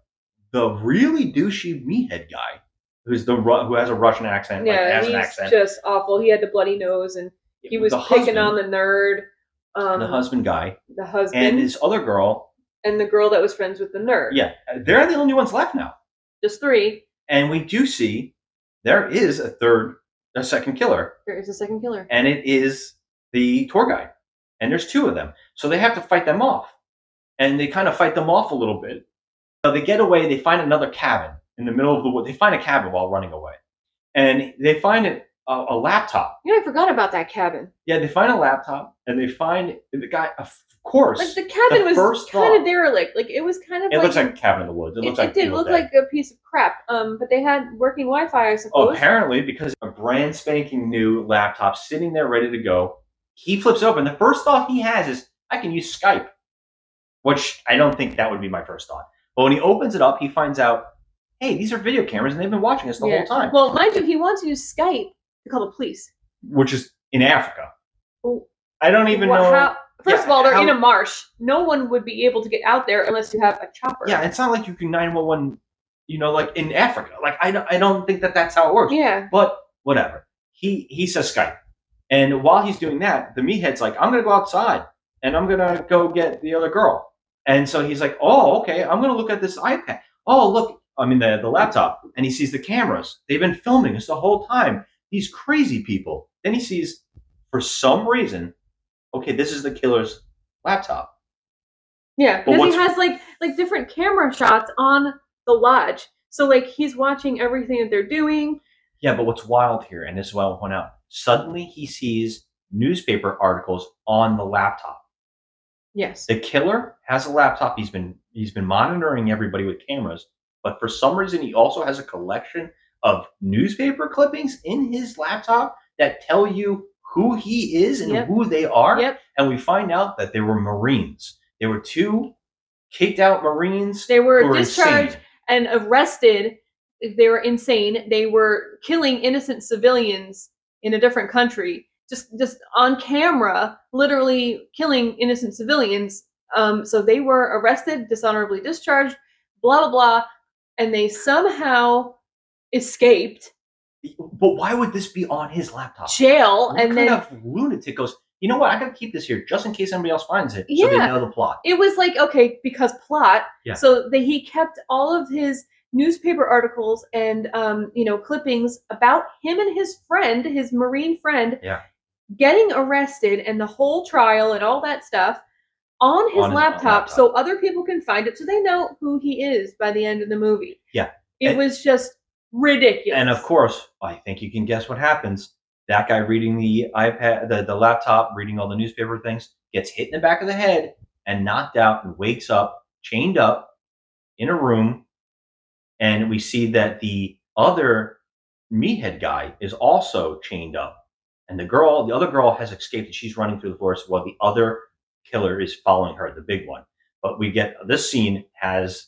Speaker 1: the really douchey meathead guy, who's the Ru- who has a Russian accent, like,
Speaker 2: yeah.
Speaker 1: has an
Speaker 2: he's
Speaker 1: accent.
Speaker 2: just awful. He had the bloody nose, and he was
Speaker 1: the
Speaker 2: picking
Speaker 1: husband-
Speaker 2: on the nerd. Um,
Speaker 1: the husband guy,
Speaker 2: the husband,
Speaker 1: and this other girl.
Speaker 2: and the girl that was friends with the nerd.
Speaker 1: Yeah, they're the only ones left now.
Speaker 2: just three.
Speaker 1: And we do see there is a third, a second killer,
Speaker 2: There is a second killer.
Speaker 1: and it is the tour guide. And there's two of them, so they have to fight them off. And they kind of fight them off a little bit. So they get away. They find another cabin in the middle of the wood. They find a cabin while running away, and they find a, a, a laptop.
Speaker 2: Yeah, I forgot about that cabin.
Speaker 1: Yeah, they find a laptop, and they find the guy. Of course,
Speaker 2: Like the cabin was
Speaker 1: first
Speaker 2: kind
Speaker 1: thought-
Speaker 2: of derelict. Like it was kind of
Speaker 1: It
Speaker 2: like
Speaker 1: looks like a cabin in the woods. It,
Speaker 2: it,
Speaker 1: looks
Speaker 2: it
Speaker 1: like
Speaker 2: did
Speaker 1: Evil
Speaker 2: look
Speaker 1: Dead.
Speaker 2: like a piece of crap. Um, but they had working Wi-Fi, I
Speaker 1: Oh,
Speaker 2: suppose.
Speaker 1: apparently because a brand spanking new laptop sitting there ready to go. He flips open. The first thought he has is, "I can use Skype," which I don't think that would be my first thought. But when he opens it up, he finds out, "Hey, these are video cameras, and they've been watching us the
Speaker 2: Yeah.
Speaker 1: whole time,"
Speaker 2: Well, mind you, he wants to use Skype to call the police.
Speaker 1: which is in Africa.
Speaker 2: Well,
Speaker 1: I don't even
Speaker 2: What-
Speaker 1: know.
Speaker 2: how- first
Speaker 1: Yeah,
Speaker 2: of all, they're in
Speaker 1: how-
Speaker 2: a marsh. No one would be able to get out there unless you have a chopper.
Speaker 1: Yeah, it's not like you can nine one one. You know, like in Africa. Like I don't, I don't think that that's how it works.
Speaker 2: Yeah.
Speaker 1: But whatever. He he says Skype, and while he's doing that, the meathead's like, I'm gonna go outside and I'm gonna go get the other girl. And so he's like, Oh, okay, I'm gonna look at this iPad. Oh, look, I mean the the laptop, and he sees the cameras. They've been filming us the whole time. These crazy people. Then he sees, for some reason, okay, this is the killer's laptop.
Speaker 2: Yeah,
Speaker 1: But
Speaker 2: because
Speaker 1: what's-
Speaker 2: he has like like different camera shots on the lodge. So like he's watching everything that they're doing.
Speaker 1: Yeah, but what's wild here, and this is why I want to point out, suddenly he sees newspaper articles on the laptop.
Speaker 2: Yes.
Speaker 1: The killer has a laptop. He's been he's been monitoring everybody with cameras, but for some reason he also has a collection of newspaper clippings in his laptop that tell you who he is and
Speaker 2: Yep.
Speaker 1: who they are.
Speaker 2: Yep.
Speaker 1: And we find out that they were Marines. They were two kicked out Marines.
Speaker 2: They were
Speaker 1: who
Speaker 2: discharged
Speaker 1: insane.
Speaker 2: and arrested. They were insane. They were killing innocent civilians in a different country, just just on camera, literally killing innocent civilians. Um, so they were arrested, dishonorably discharged, blah blah blah, and they somehow escaped
Speaker 1: But why would this be on his laptop?
Speaker 2: jail.
Speaker 1: What
Speaker 2: and
Speaker 1: kind
Speaker 2: then
Speaker 1: of lunatic goes, you know what? I gotta keep this here just in case anybody else finds it, so they
Speaker 2: Yeah.
Speaker 1: know the plot.
Speaker 2: it was like okay because plot
Speaker 1: Yeah.
Speaker 2: so that he kept all of his newspaper articles and um, you know clippings about him and his friend his marine friend
Speaker 1: Yeah.
Speaker 2: getting arrested and the whole trial and all that stuff on his
Speaker 1: On his
Speaker 2: laptop,
Speaker 1: laptop.
Speaker 2: so other people can find it so they know who he is by the end of the movie
Speaker 1: Yeah.
Speaker 2: it
Speaker 1: And-
Speaker 2: was just ridiculous
Speaker 1: And of course, I think you can guess what happens. That guy reading the iPad, the, the laptop, reading all the newspaper things, gets hit in the back of the head and knocked out and wakes up, chained up in a room. And we see that the other meathead guy is also chained up. And the girl, the other girl has escaped and she's running through the forest while the other killer is following her, the big one. But we get this scene has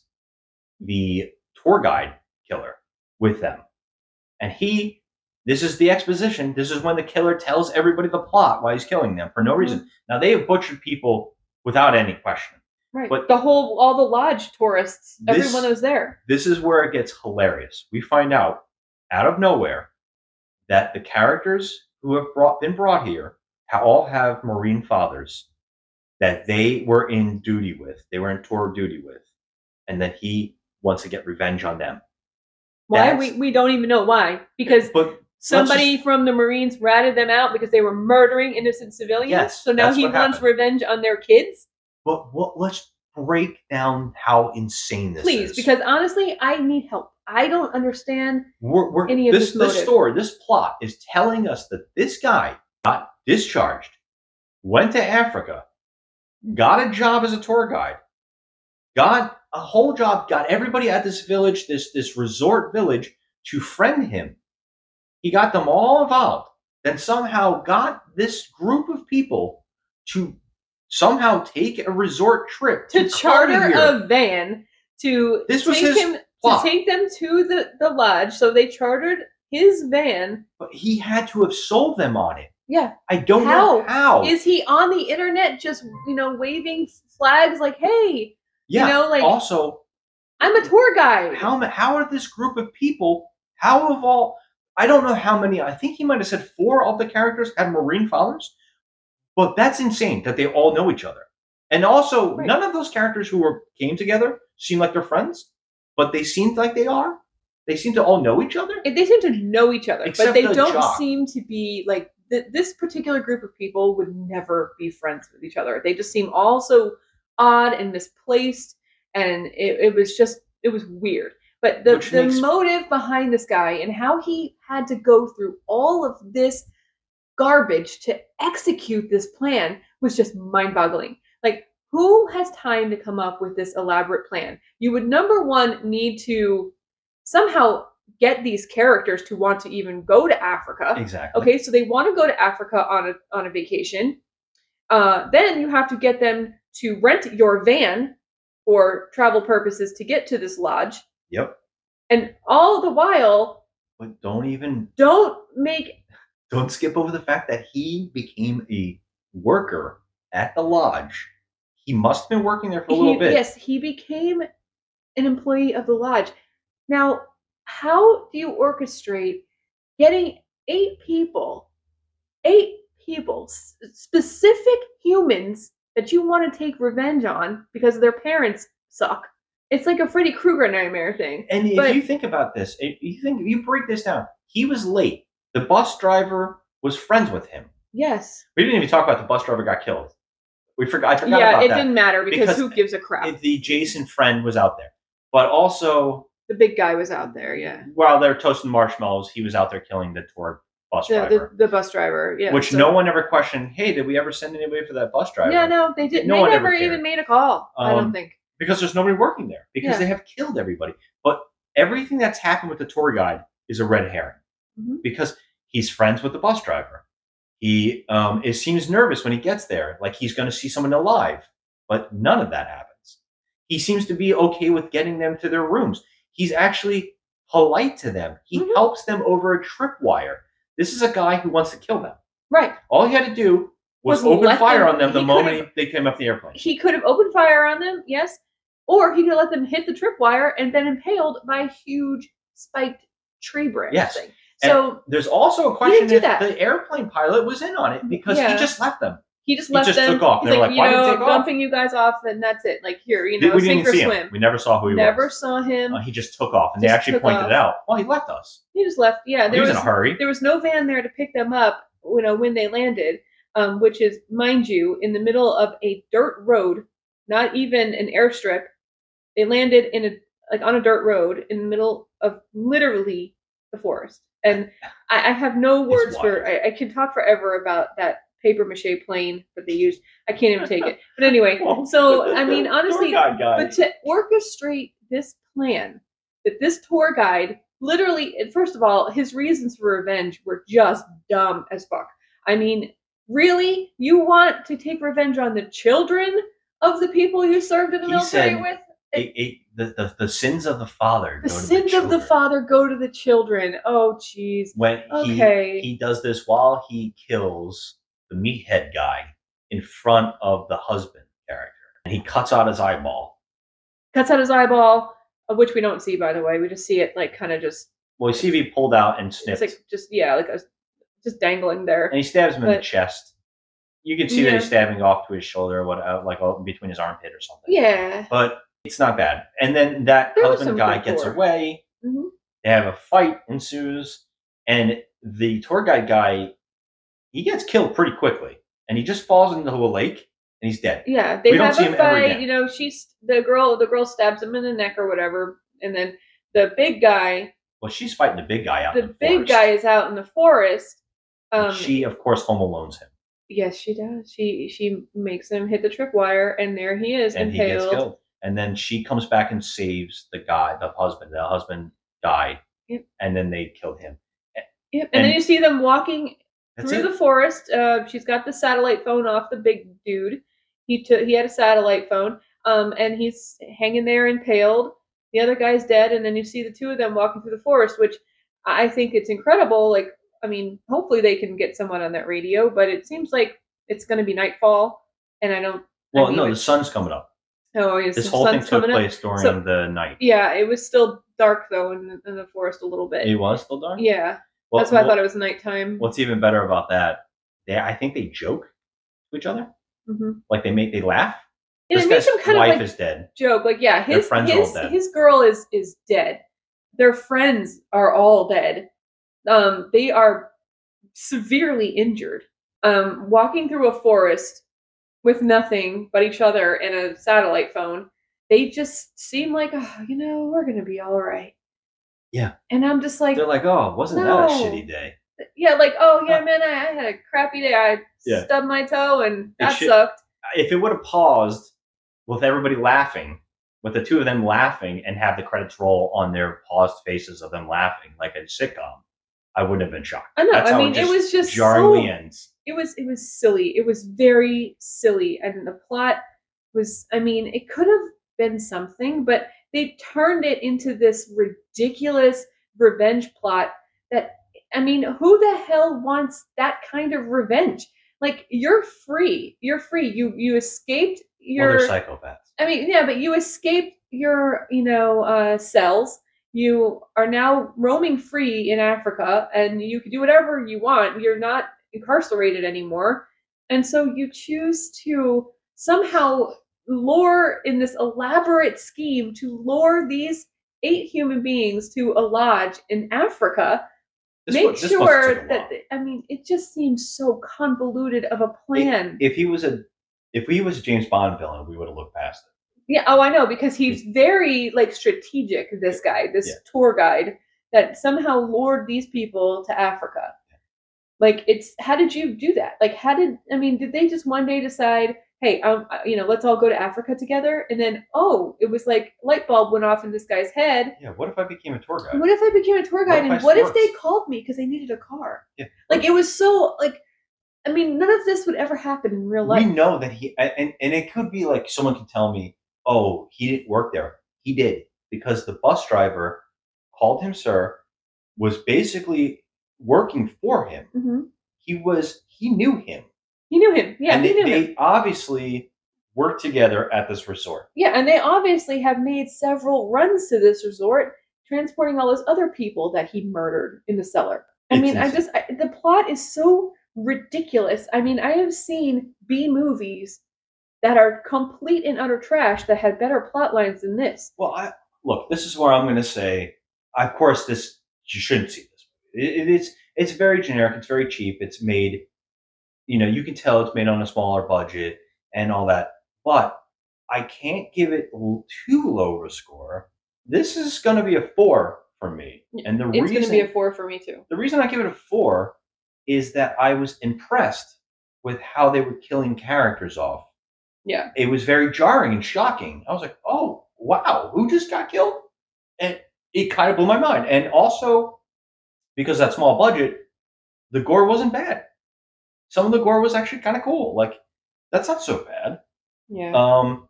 Speaker 1: the tour guide killer with them. And he, this is the exposition. This is when the killer tells everybody the plot why he's killing them for no reason. Now they have butchered people without any question.
Speaker 2: right
Speaker 1: but-
Speaker 2: the whole all the lodge tourists
Speaker 1: This-
Speaker 2: everyone that was there
Speaker 1: This is where it gets hilarious. We find out out of nowhere that the characters who have brought, been brought here ha- all have Marine fathers that they were in duty with. They were in tour of duty with, and that he wants to get revenge on them.
Speaker 2: why we,
Speaker 1: That's-
Speaker 2: we don't even know why because
Speaker 1: But
Speaker 2: Somebody from the Marines ratted them out because they were murdering innocent civilians.
Speaker 1: Yes,
Speaker 2: so now
Speaker 1: that's
Speaker 2: he
Speaker 1: what
Speaker 2: wants
Speaker 1: happened.
Speaker 2: revenge on their kids.
Speaker 1: But what? Let's break down how insane this
Speaker 2: Please,
Speaker 1: is.
Speaker 2: because honestly, I need help. I don't understand.
Speaker 1: we're, we're,
Speaker 2: any of
Speaker 1: this,
Speaker 2: his
Speaker 1: this
Speaker 2: motive.
Speaker 1: story, this plot is telling us that this guy got discharged, went to Africa, got a job as a tour guide, got a whole job, got everybody at this village, this this resort village, to friend him. He got them all involved, then somehow got this group of people to somehow take a resort trip
Speaker 2: to charter
Speaker 1: Cartagena.
Speaker 2: a van to
Speaker 1: This was
Speaker 2: take
Speaker 1: his
Speaker 2: him
Speaker 1: plot.
Speaker 2: to take them to the, the lodge. So they chartered his van.
Speaker 1: But he had to have sold them on it.
Speaker 2: Yeah.
Speaker 1: I don't know how.
Speaker 2: Is he on the internet just you know waving flags like, hey,
Speaker 1: yeah.
Speaker 2: you know, like
Speaker 1: also,
Speaker 2: I'm a tour guide.
Speaker 1: how ma- how are this group of people? How of all? I don't know how many. I think he might have said four of the characters had marine fathers, but that's insane that they all know each other. And also, none of those characters who were came together seem like they're friends, but they seemed like they are. They seem to all know each other.
Speaker 2: And They seem to know each other,
Speaker 1: Except
Speaker 2: but they
Speaker 1: the
Speaker 2: don't
Speaker 1: jock.
Speaker 2: seem to be like th- this particular group of people would never be friends with each other. They just seem all so odd and misplaced, and it, it was just it was weird. But the,
Speaker 15: Which
Speaker 2: the
Speaker 15: makes-
Speaker 2: motive behind this guy and how he had to go through all of this garbage to execute this plan was just mind boggling. Like, who has time to come up with this elaborate plan? You would, number one, need to somehow get these characters to want to even go to Africa.
Speaker 1: Exactly.
Speaker 2: Okay, so they want to go to Africa on a on a vacation. Uh, then you have to get them to rent your van for travel purposes to get to this lodge,
Speaker 1: Yep.
Speaker 2: and all the while,
Speaker 1: But don't even
Speaker 2: don't make
Speaker 1: don't skip over the fact that he became a worker at the lodge. He must have been working there for a little
Speaker 2: he,
Speaker 1: bit.
Speaker 2: yes, he became an employee of the lodge. Now, how do you orchestrate getting eight people, eight people, s- specific humans that you want to take revenge on because their parents suck? It's like a Freddy Krueger nightmare thing.
Speaker 1: And if
Speaker 2: But-
Speaker 1: you think about this, if you think if you break this down, he was late. The bus driver was friends with him.
Speaker 2: yes,
Speaker 1: We didn't even talk about the bus driver got killed. We forgot. I forgot
Speaker 2: yeah,
Speaker 1: about
Speaker 2: it
Speaker 1: that.
Speaker 2: didn't matter because,
Speaker 1: Because
Speaker 2: who gives a crap?
Speaker 1: If the Jason friend was out there, but also
Speaker 2: the big guy was out there, yeah.
Speaker 1: while they're toasting marshmallows, he was out there killing the tour bus
Speaker 2: The,
Speaker 1: driver,
Speaker 2: the, the bus driver, yeah.
Speaker 1: which
Speaker 2: so-
Speaker 1: no one ever questioned. Hey, did we ever send anybody for that bus driver?
Speaker 2: Yeah, no, they didn't.
Speaker 1: No
Speaker 2: they
Speaker 1: one ever
Speaker 2: never
Speaker 1: cared.
Speaker 2: even made a call. I don't
Speaker 1: Um,
Speaker 2: think.
Speaker 1: because there's nobody working there because
Speaker 2: Yeah.
Speaker 1: they have killed everybody. But everything that's happened with the tour guide is a red herring
Speaker 2: Mhm.
Speaker 1: because he's friends with the bus driver. He um, it seems nervous when he gets there, like he's going to see someone alive, but none of that happens. He seems to be okay with getting them to their rooms. He's actually polite to them. He
Speaker 2: Mm-hmm.
Speaker 1: helps them over a tripwire. This is a guy who wants to kill them.
Speaker 2: Right.
Speaker 1: All he had to do was,
Speaker 2: Was
Speaker 1: open
Speaker 2: let
Speaker 1: fire
Speaker 2: them-
Speaker 1: on them the
Speaker 2: he
Speaker 1: moment they came off the airplane.
Speaker 2: he could have opened fire on them, yes, or he could have let them hit the tripwire and been impaled by a huge spiked tree branch
Speaker 1: Yes.
Speaker 2: thing.
Speaker 1: And
Speaker 2: So
Speaker 1: there's also a
Speaker 2: He
Speaker 1: question
Speaker 2: didn't do
Speaker 1: if
Speaker 2: that.
Speaker 1: the airplane pilot was in on it because
Speaker 2: Yeah.
Speaker 1: he just left them.
Speaker 2: he just
Speaker 1: He
Speaker 2: left
Speaker 1: just
Speaker 2: them.
Speaker 1: took off.
Speaker 2: He's
Speaker 1: They were
Speaker 2: like,
Speaker 1: like,
Speaker 2: you
Speaker 1: "Why did he
Speaker 2: know,
Speaker 1: take off?"
Speaker 2: dumping you guys off, and that's it. Like here, you know,
Speaker 1: we
Speaker 2: sink
Speaker 1: didn't
Speaker 2: or
Speaker 1: see
Speaker 2: swim.
Speaker 1: him. We never saw who he
Speaker 2: Never
Speaker 1: was.
Speaker 2: saw him.
Speaker 1: Uh, he just took off, and they
Speaker 2: Just
Speaker 1: actually
Speaker 2: took
Speaker 1: pointed
Speaker 2: off.
Speaker 1: it out. Well, he left us.
Speaker 2: He just left. Yeah,
Speaker 1: he
Speaker 2: there
Speaker 1: was,
Speaker 2: was,
Speaker 1: in a hurry.
Speaker 2: there was no van there to pick them up. You know, when they landed, um, which is, mind you, in the middle of a dirt road, not even an airstrip. They landed in a like on a dirt road in the middle of literally the forest, and I, I have no words for. I, I can talk forever about that paper mache plane that they used. I can't even take it. But anyway,
Speaker 1: Oh,
Speaker 2: so I mean, honestly,
Speaker 1: Tour guide guy.
Speaker 2: but to orchestrate this plan that this tour guide literally, and first of all, his reasons for revenge were just dumb as fuck. I mean, really, you want to take revenge on the children of the people you served in the
Speaker 1: He
Speaker 2: military
Speaker 1: said
Speaker 2: with?
Speaker 1: It- it- the, the, the sins of the father.
Speaker 2: The
Speaker 1: go to
Speaker 2: sins of the
Speaker 1: children.
Speaker 2: father go to the children. Oh, jeez.
Speaker 1: When he
Speaker 2: Okay.
Speaker 1: he does this while he kills the meathead guy in front of the husband character, and he cuts out his eyeball.
Speaker 2: Cuts out his eyeball, of which we don't see, by the way. We just see it like kind of just,
Speaker 1: Well, you see, if he pulled out and snipped,
Speaker 2: it's like just yeah, like a, just dangling there.
Speaker 1: and he stabs him in the
Speaker 2: But-
Speaker 1: chest. You can see that
Speaker 2: Yeah.
Speaker 1: he's stabbing off to his shoulder, or what, uh, like uh, between his armpit or something.
Speaker 2: Yeah.
Speaker 1: But it's not bad. And then that
Speaker 2: There was some
Speaker 1: husband guy
Speaker 2: good
Speaker 1: gets
Speaker 2: gore.
Speaker 1: away.
Speaker 2: Mhm.
Speaker 1: They have a fight ensues, and the tour guide guy he gets killed pretty quickly, and he just falls into a lake. and he's dead.
Speaker 2: Yeah, they
Speaker 1: We don't
Speaker 2: have
Speaker 1: see him
Speaker 2: a
Speaker 1: ever
Speaker 2: fight.
Speaker 1: again.
Speaker 2: You know, she's the girl. The girl stabs him in the neck or whatever, and then the big guy,
Speaker 1: Well, she's fighting the big guy out. in
Speaker 2: the big guy, is out in the forest.
Speaker 1: the-
Speaker 2: Um,
Speaker 1: she, of course, home alone's him,
Speaker 2: yes, she does. She she makes him hit the tripwire, and there he is,
Speaker 1: and he
Speaker 2: impaled.
Speaker 1: gets killed. And then she comes back and saves the guy, the husband. The husband died,
Speaker 2: Yep.
Speaker 1: and then they kill him.
Speaker 2: Yep. And, then
Speaker 1: And-
Speaker 2: you see them walking
Speaker 1: That's
Speaker 2: through
Speaker 1: it.
Speaker 2: the forest. Uh, she's got the satellite phone off the big dude. He took he had a satellite phone. Um, and he's hanging there impaled. The other guy's dead, and then you see the two of them walking through the forest, which I think it's incredible. Like, I mean, hopefully they can get someone on that radio, but it seems like it's going to be nightfall, and I don't.
Speaker 1: Well,
Speaker 2: I mean,
Speaker 1: no, the
Speaker 2: it's-
Speaker 1: sun's coming up.
Speaker 2: Oh, yes,
Speaker 1: This
Speaker 2: the
Speaker 1: whole thing
Speaker 2: sun's
Speaker 1: took
Speaker 2: coming up.
Speaker 1: place during
Speaker 2: So-
Speaker 1: the night.
Speaker 2: Yeah, it was still dark though in the, in the forest a little bit.
Speaker 1: It was still dark.
Speaker 2: Yeah,
Speaker 1: Well,
Speaker 2: that's why I
Speaker 1: well-
Speaker 2: thought it was nighttime.
Speaker 1: What's even better about that? They, I think they joke to each other.
Speaker 2: hmm
Speaker 1: Like they make they laugh.
Speaker 2: Yeah,
Speaker 1: this
Speaker 2: it makes
Speaker 1: guy's
Speaker 2: them kind of
Speaker 1: wife
Speaker 2: like-
Speaker 1: is dead.
Speaker 2: joke. Like, yeah,
Speaker 1: Their
Speaker 2: his
Speaker 1: friends are all
Speaker 2: his,
Speaker 1: dead.
Speaker 2: his girl is is dead. Their friends are all dead. Um, they are severely injured. Um, walking through a forest with nothing but each other and a satellite phone, they just seem like, oh, you know, we're gonna be all right.
Speaker 1: Yeah.
Speaker 2: And I'm just like,
Speaker 1: They're like, oh, wasn't that a
Speaker 2: no.
Speaker 1: shitty day?
Speaker 2: yeah, like, oh yeah, man, I, I had a crappy day. I
Speaker 1: Yeah.
Speaker 2: stubbed my toe and
Speaker 1: It
Speaker 2: that
Speaker 1: should-
Speaker 2: sucked.
Speaker 1: If it would have paused with everybody laughing, with the two of them laughing, and have the credits roll on their paused faces of them laughing like a sitcom, I wouldn't have been shocked.
Speaker 2: I know,
Speaker 1: That's
Speaker 2: I
Speaker 1: how
Speaker 2: mean, it was just
Speaker 1: jarringly
Speaker 2: so-
Speaker 1: ends.
Speaker 2: it was it was silly. It was very silly, and the plot was. I mean, it could have been something, but they turned it into this ridiculous revenge plot. That I mean, who the hell wants that kind of revenge? Like you're free. You're free. You you escaped
Speaker 1: Well,
Speaker 2: your
Speaker 1: they're psychopaths.
Speaker 2: I mean, yeah, but you escaped your, you know, uh, cells. You are now roaming free in Africa, and you can do whatever you want. You're not incarcerated anymore, and so you choose to somehow lure in this elaborate scheme to lure these eight human beings to a lodge in Africa.
Speaker 1: This
Speaker 2: Make
Speaker 1: was- this must have
Speaker 2: sure
Speaker 1: taken
Speaker 2: that I mean, it just seems so convoluted of a plan.
Speaker 1: If he was a, if he was a James Bond villain, we would have looked past it.
Speaker 2: Yeah, oh, I know because he's very like strategic. This guy, this tour guide that somehow lured these people to Africa. Like, it's how did you do that? Like, how did I mean? Did they just one day decide, hey, um, uh, you know, let's all go to Africa together? And then, oh, it was like light bulb went off in this guy's head.
Speaker 1: Yeah. What if I became a tour guide?
Speaker 2: What if I became a tour
Speaker 1: What if
Speaker 2: guide?
Speaker 1: I
Speaker 2: and what if
Speaker 1: snorked?
Speaker 2: they called me because they needed a car?
Speaker 1: Yeah.
Speaker 2: Like, it was so like, I mean, none of this would ever happen in real life.
Speaker 1: we know that he and and- and it could be like someone can tell me oh he didn't work there he did because the bus driver called him sir was basically working for him
Speaker 2: Mhm.
Speaker 1: he was he knew him
Speaker 2: He knew him. Yeah,
Speaker 1: and
Speaker 2: he
Speaker 1: they,
Speaker 2: knew him.
Speaker 1: they obviously worked together at this resort
Speaker 2: Yeah, and they obviously have made several runs to this resort, transporting all those other people that he murdered in the cellar. I
Speaker 1: It's
Speaker 2: mean, I
Speaker 1: insane.
Speaker 2: just I, the plot is so ridiculous. I mean, I have seen B movies that are complete and utter trash that had better plot lines than this.
Speaker 1: Well, I look this is where i'm going to say of course this you shouldn't see this it, it is it's very generic it's very cheap it's made you know you can tell it's made on a smaller budget and all that but i can't give it l- too low of a score this is going to be a four for me and the
Speaker 2: it's
Speaker 1: reason
Speaker 2: going to be a four for me too.
Speaker 1: the reason i give it a four is that i was impressed with how they were killing characters off
Speaker 2: Yeah,
Speaker 1: it was very jarring and shocking i was like oh wow who just got killed and it kind of blew my mind and also because that small budget the gore wasn't bad some of the gore was actually kind of cool like that's not so bad
Speaker 2: yeah.
Speaker 1: um,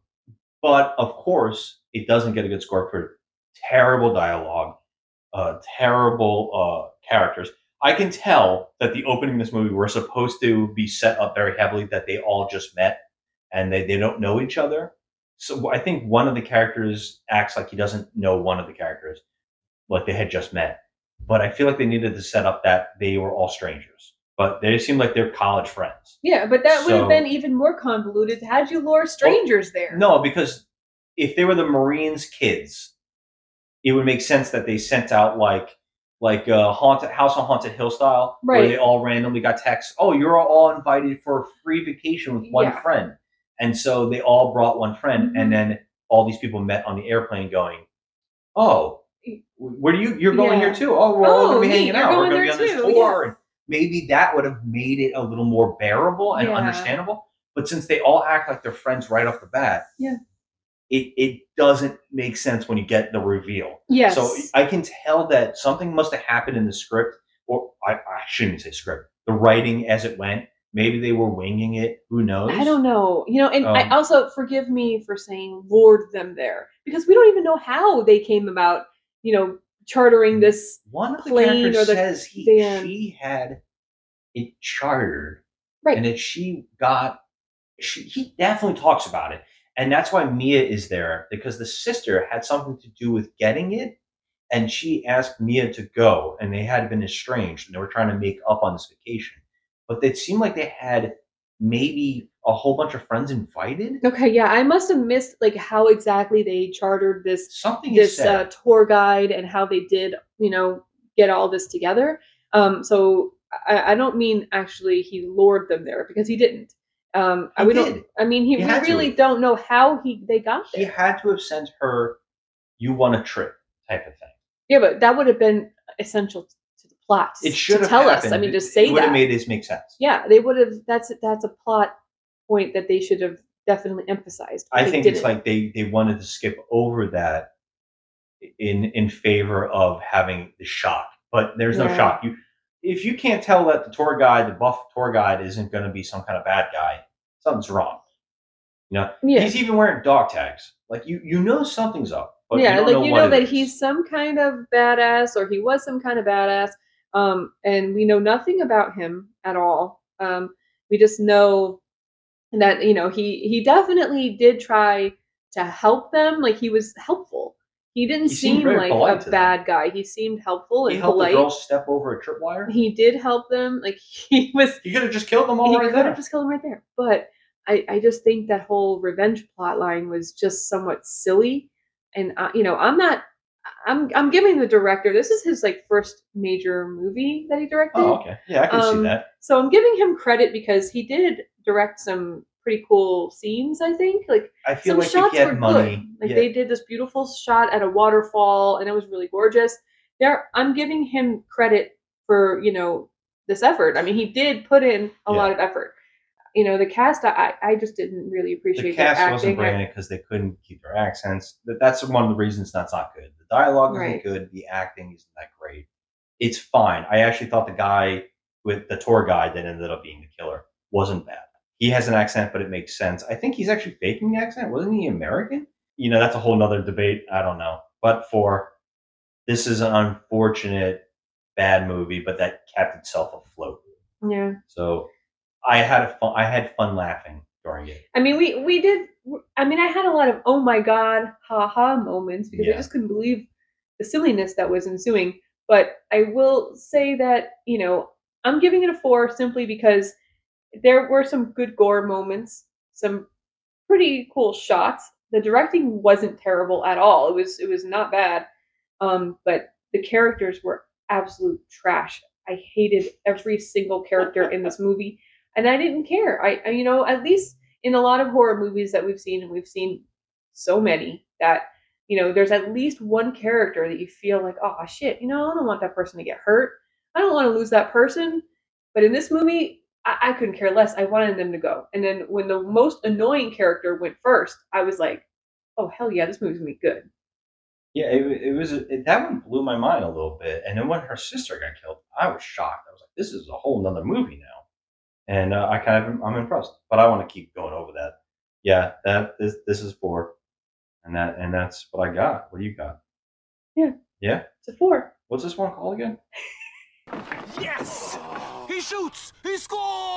Speaker 1: but of course, it doesn't get a good score for terrible dialogue, uh, terrible uh, characters. I can tell that the opening of this movie were supposed to be set up very heavily that they all just met and they, they don't know each other. So I think one of the characters acts like he doesn't know one of the characters, like they had just met. But I feel like they needed to set up that they were all strangers. But they seem like they're college friends.
Speaker 2: yeah, but that would
Speaker 1: So-
Speaker 2: have been even more convoluted. How'd you lure strangers there?
Speaker 1: No, because if they were the Marines' kids, it would make sense that they sent out like like uh, haunted house on haunted hill style, where
Speaker 2: Right.
Speaker 1: they all randomly got texts. Oh, you're all invited for a free vacation with one
Speaker 2: Yeah.
Speaker 1: friend. And so they all brought one friend,
Speaker 10: Mm-hmm.
Speaker 1: and then all these people met on the airplane going, "Oh, where do you? You're going
Speaker 10: Yeah.
Speaker 1: here too? Oh, we're all
Speaker 10: Oh,
Speaker 1: going to be
Speaker 10: neat,
Speaker 1: hanging
Speaker 10: you're
Speaker 1: out. We're
Speaker 10: going
Speaker 1: going to be on
Speaker 10: there
Speaker 1: this
Speaker 10: too,
Speaker 1: tour." And maybe that would have made it a little more bearable and
Speaker 10: Yeah.
Speaker 1: understandable. But since they all act like they're friends right off the bat,
Speaker 2: Yeah.
Speaker 1: it it doesn't make sense when you get the reveal.
Speaker 2: Yes.
Speaker 1: So I can tell that something must have happened in the script, or I, I shouldn't say script, the writing as it went. Maybe they were winging it. Who knows?
Speaker 2: I don't know. You know, and I
Speaker 1: Um,
Speaker 2: also forgive me for saying lured them there because we don't even know how they came about, you know,
Speaker 1: Mm.
Speaker 2: chartering this
Speaker 1: One of the
Speaker 2: plane
Speaker 1: characters
Speaker 2: or the
Speaker 1: says he,
Speaker 2: the, um,
Speaker 1: she had it chartered,
Speaker 2: Right.
Speaker 1: And that she got, she he definitely talks about it, and that's why Mia is there because the sister had something to do with getting it, and she asked Mia to go, and they had been estranged, and they were trying to make up on this vacation, but it seemed like they had maybe a whole bunch of friends invited.
Speaker 2: Okay, yeah, I must have missed like how exactly they chartered this
Speaker 1: Something is
Speaker 2: this uh,
Speaker 1: said.
Speaker 2: tour guide and how they did you know get all this together. Um, so I, I don't mean actually he lured them there because he didn't. Um, I
Speaker 1: He
Speaker 2: we
Speaker 1: did.
Speaker 2: don't. I mean he,
Speaker 1: He
Speaker 2: we
Speaker 1: had to.
Speaker 2: really don't know how he they got there.
Speaker 1: He had to have sent her, "You want a trip," type of thing.
Speaker 2: Yeah, but that would have been essential to the plot.
Speaker 1: It should
Speaker 2: to
Speaker 1: have
Speaker 2: tell us.
Speaker 1: happened.
Speaker 2: I mean, to
Speaker 1: It-
Speaker 2: say
Speaker 1: it would
Speaker 2: that.
Speaker 1: have made this make sense.
Speaker 2: yeah, they would have. That's that's a plot point that they should have definitely emphasized. but
Speaker 1: I
Speaker 2: they
Speaker 1: think it's
Speaker 2: didn't.
Speaker 1: like they they wanted to skip over that in in favor of having the shock, but there's no
Speaker 10: Yeah.
Speaker 1: shock. You if you can't tell that the tour guide, the buff tour guide, isn't going to be some kind of bad guy, something's wrong. You know,
Speaker 2: Yeah.
Speaker 1: he's even wearing dog tags. Like you you know something's up, but
Speaker 2: yeah,
Speaker 1: you don't
Speaker 2: like
Speaker 1: know
Speaker 2: you
Speaker 1: what
Speaker 2: know
Speaker 1: it
Speaker 2: that
Speaker 1: is.
Speaker 2: he's some kind of badass, or he was some kind of badass, um, and we know nothing about him at all. Um, we just know that you know he he definitely did try to help them. Like he was helpful. He didn't
Speaker 1: He seemed
Speaker 2: seem
Speaker 1: very
Speaker 2: like
Speaker 1: polite
Speaker 2: a
Speaker 1: to them.
Speaker 2: bad guy. He seemed helpful
Speaker 1: he
Speaker 2: and
Speaker 1: helped
Speaker 2: polite.
Speaker 1: the girl step over a tripwire.
Speaker 2: He did help them. Like he was.
Speaker 1: You could have just killed them all
Speaker 2: he
Speaker 1: right
Speaker 2: could
Speaker 1: there.
Speaker 2: have just killed them right there. But I, I just think that whole revenge plot line was just somewhat silly. And uh, you know, I'm not. I'm I'm giving the director. This is his like first major movie that he directed.
Speaker 1: Oh, okay. Yeah, I can see
Speaker 2: Um,
Speaker 1: that.
Speaker 2: So I'm giving him credit because he did direct some pretty cool scenes. I think like
Speaker 1: I feel
Speaker 2: some
Speaker 1: like if he
Speaker 2: shots
Speaker 1: had
Speaker 2: were
Speaker 1: money-
Speaker 2: good. Like
Speaker 1: yeah.
Speaker 2: they did this beautiful shot at a waterfall, and it was really gorgeous. There, I'm giving him credit for you know this effort. I mean, he did put in a lot of effort. You know, the cast, I I just didn't really appreciate
Speaker 1: The
Speaker 2: their
Speaker 1: cast wasn't
Speaker 2: acting. I-
Speaker 1: bringing it because they couldn't keep their accents. That that's one of the reasons that's not good. The dialogue isn't
Speaker 10: Right.
Speaker 1: good. The acting isn't that great. It's fine. I actually thought the guy with the tour guide that ended up being the killer wasn't bad. He has an accent, but it makes sense. I think he's actually faking the accent. Wasn't he American? You know, that's a whole nother debate. I don't know. But for this is an unfortunate bad movie, but that kept itself afloat.
Speaker 2: yeah.
Speaker 1: So I had a fun, I had fun laughing during it.
Speaker 2: I mean, we we did. I mean, I had a lot of oh my god, ha ha moments because
Speaker 1: Yeah.
Speaker 2: I just couldn't believe the silliness that was ensuing. But I will say that you know I'm giving it a four simply because there were some good gore moments, some pretty cool shots. The directing wasn't terrible at all. It was it was not bad, um, but the characters were absolute trash. I hated every single character in this movie, and I didn't care. I, I you know at least in a lot of horror movies that we've seen, and we've seen so many that you know there's at least one character that you feel like oh shit you know I don't want that person to get hurt. I don't want to lose that person. But in this movie, I, I couldn't care less. I wanted them to go. And then when the most annoying character went first, I was like, oh, hell yeah, this movie's going to be good.
Speaker 1: Yeah, it, wa- it was it, that one blew my mind a little bit, and then when her sister got killed, I was shocked. I was like, "This is a whole nother movie now," and uh, I kind of I'm impressed. But I want to keep going over that. Yeah, that this this is four, and that and that's what I got. What do you got?
Speaker 2: Yeah.
Speaker 1: Yeah.
Speaker 2: It's a four.
Speaker 1: What's this one called again?
Speaker 9: Yes! He shoots! He scores!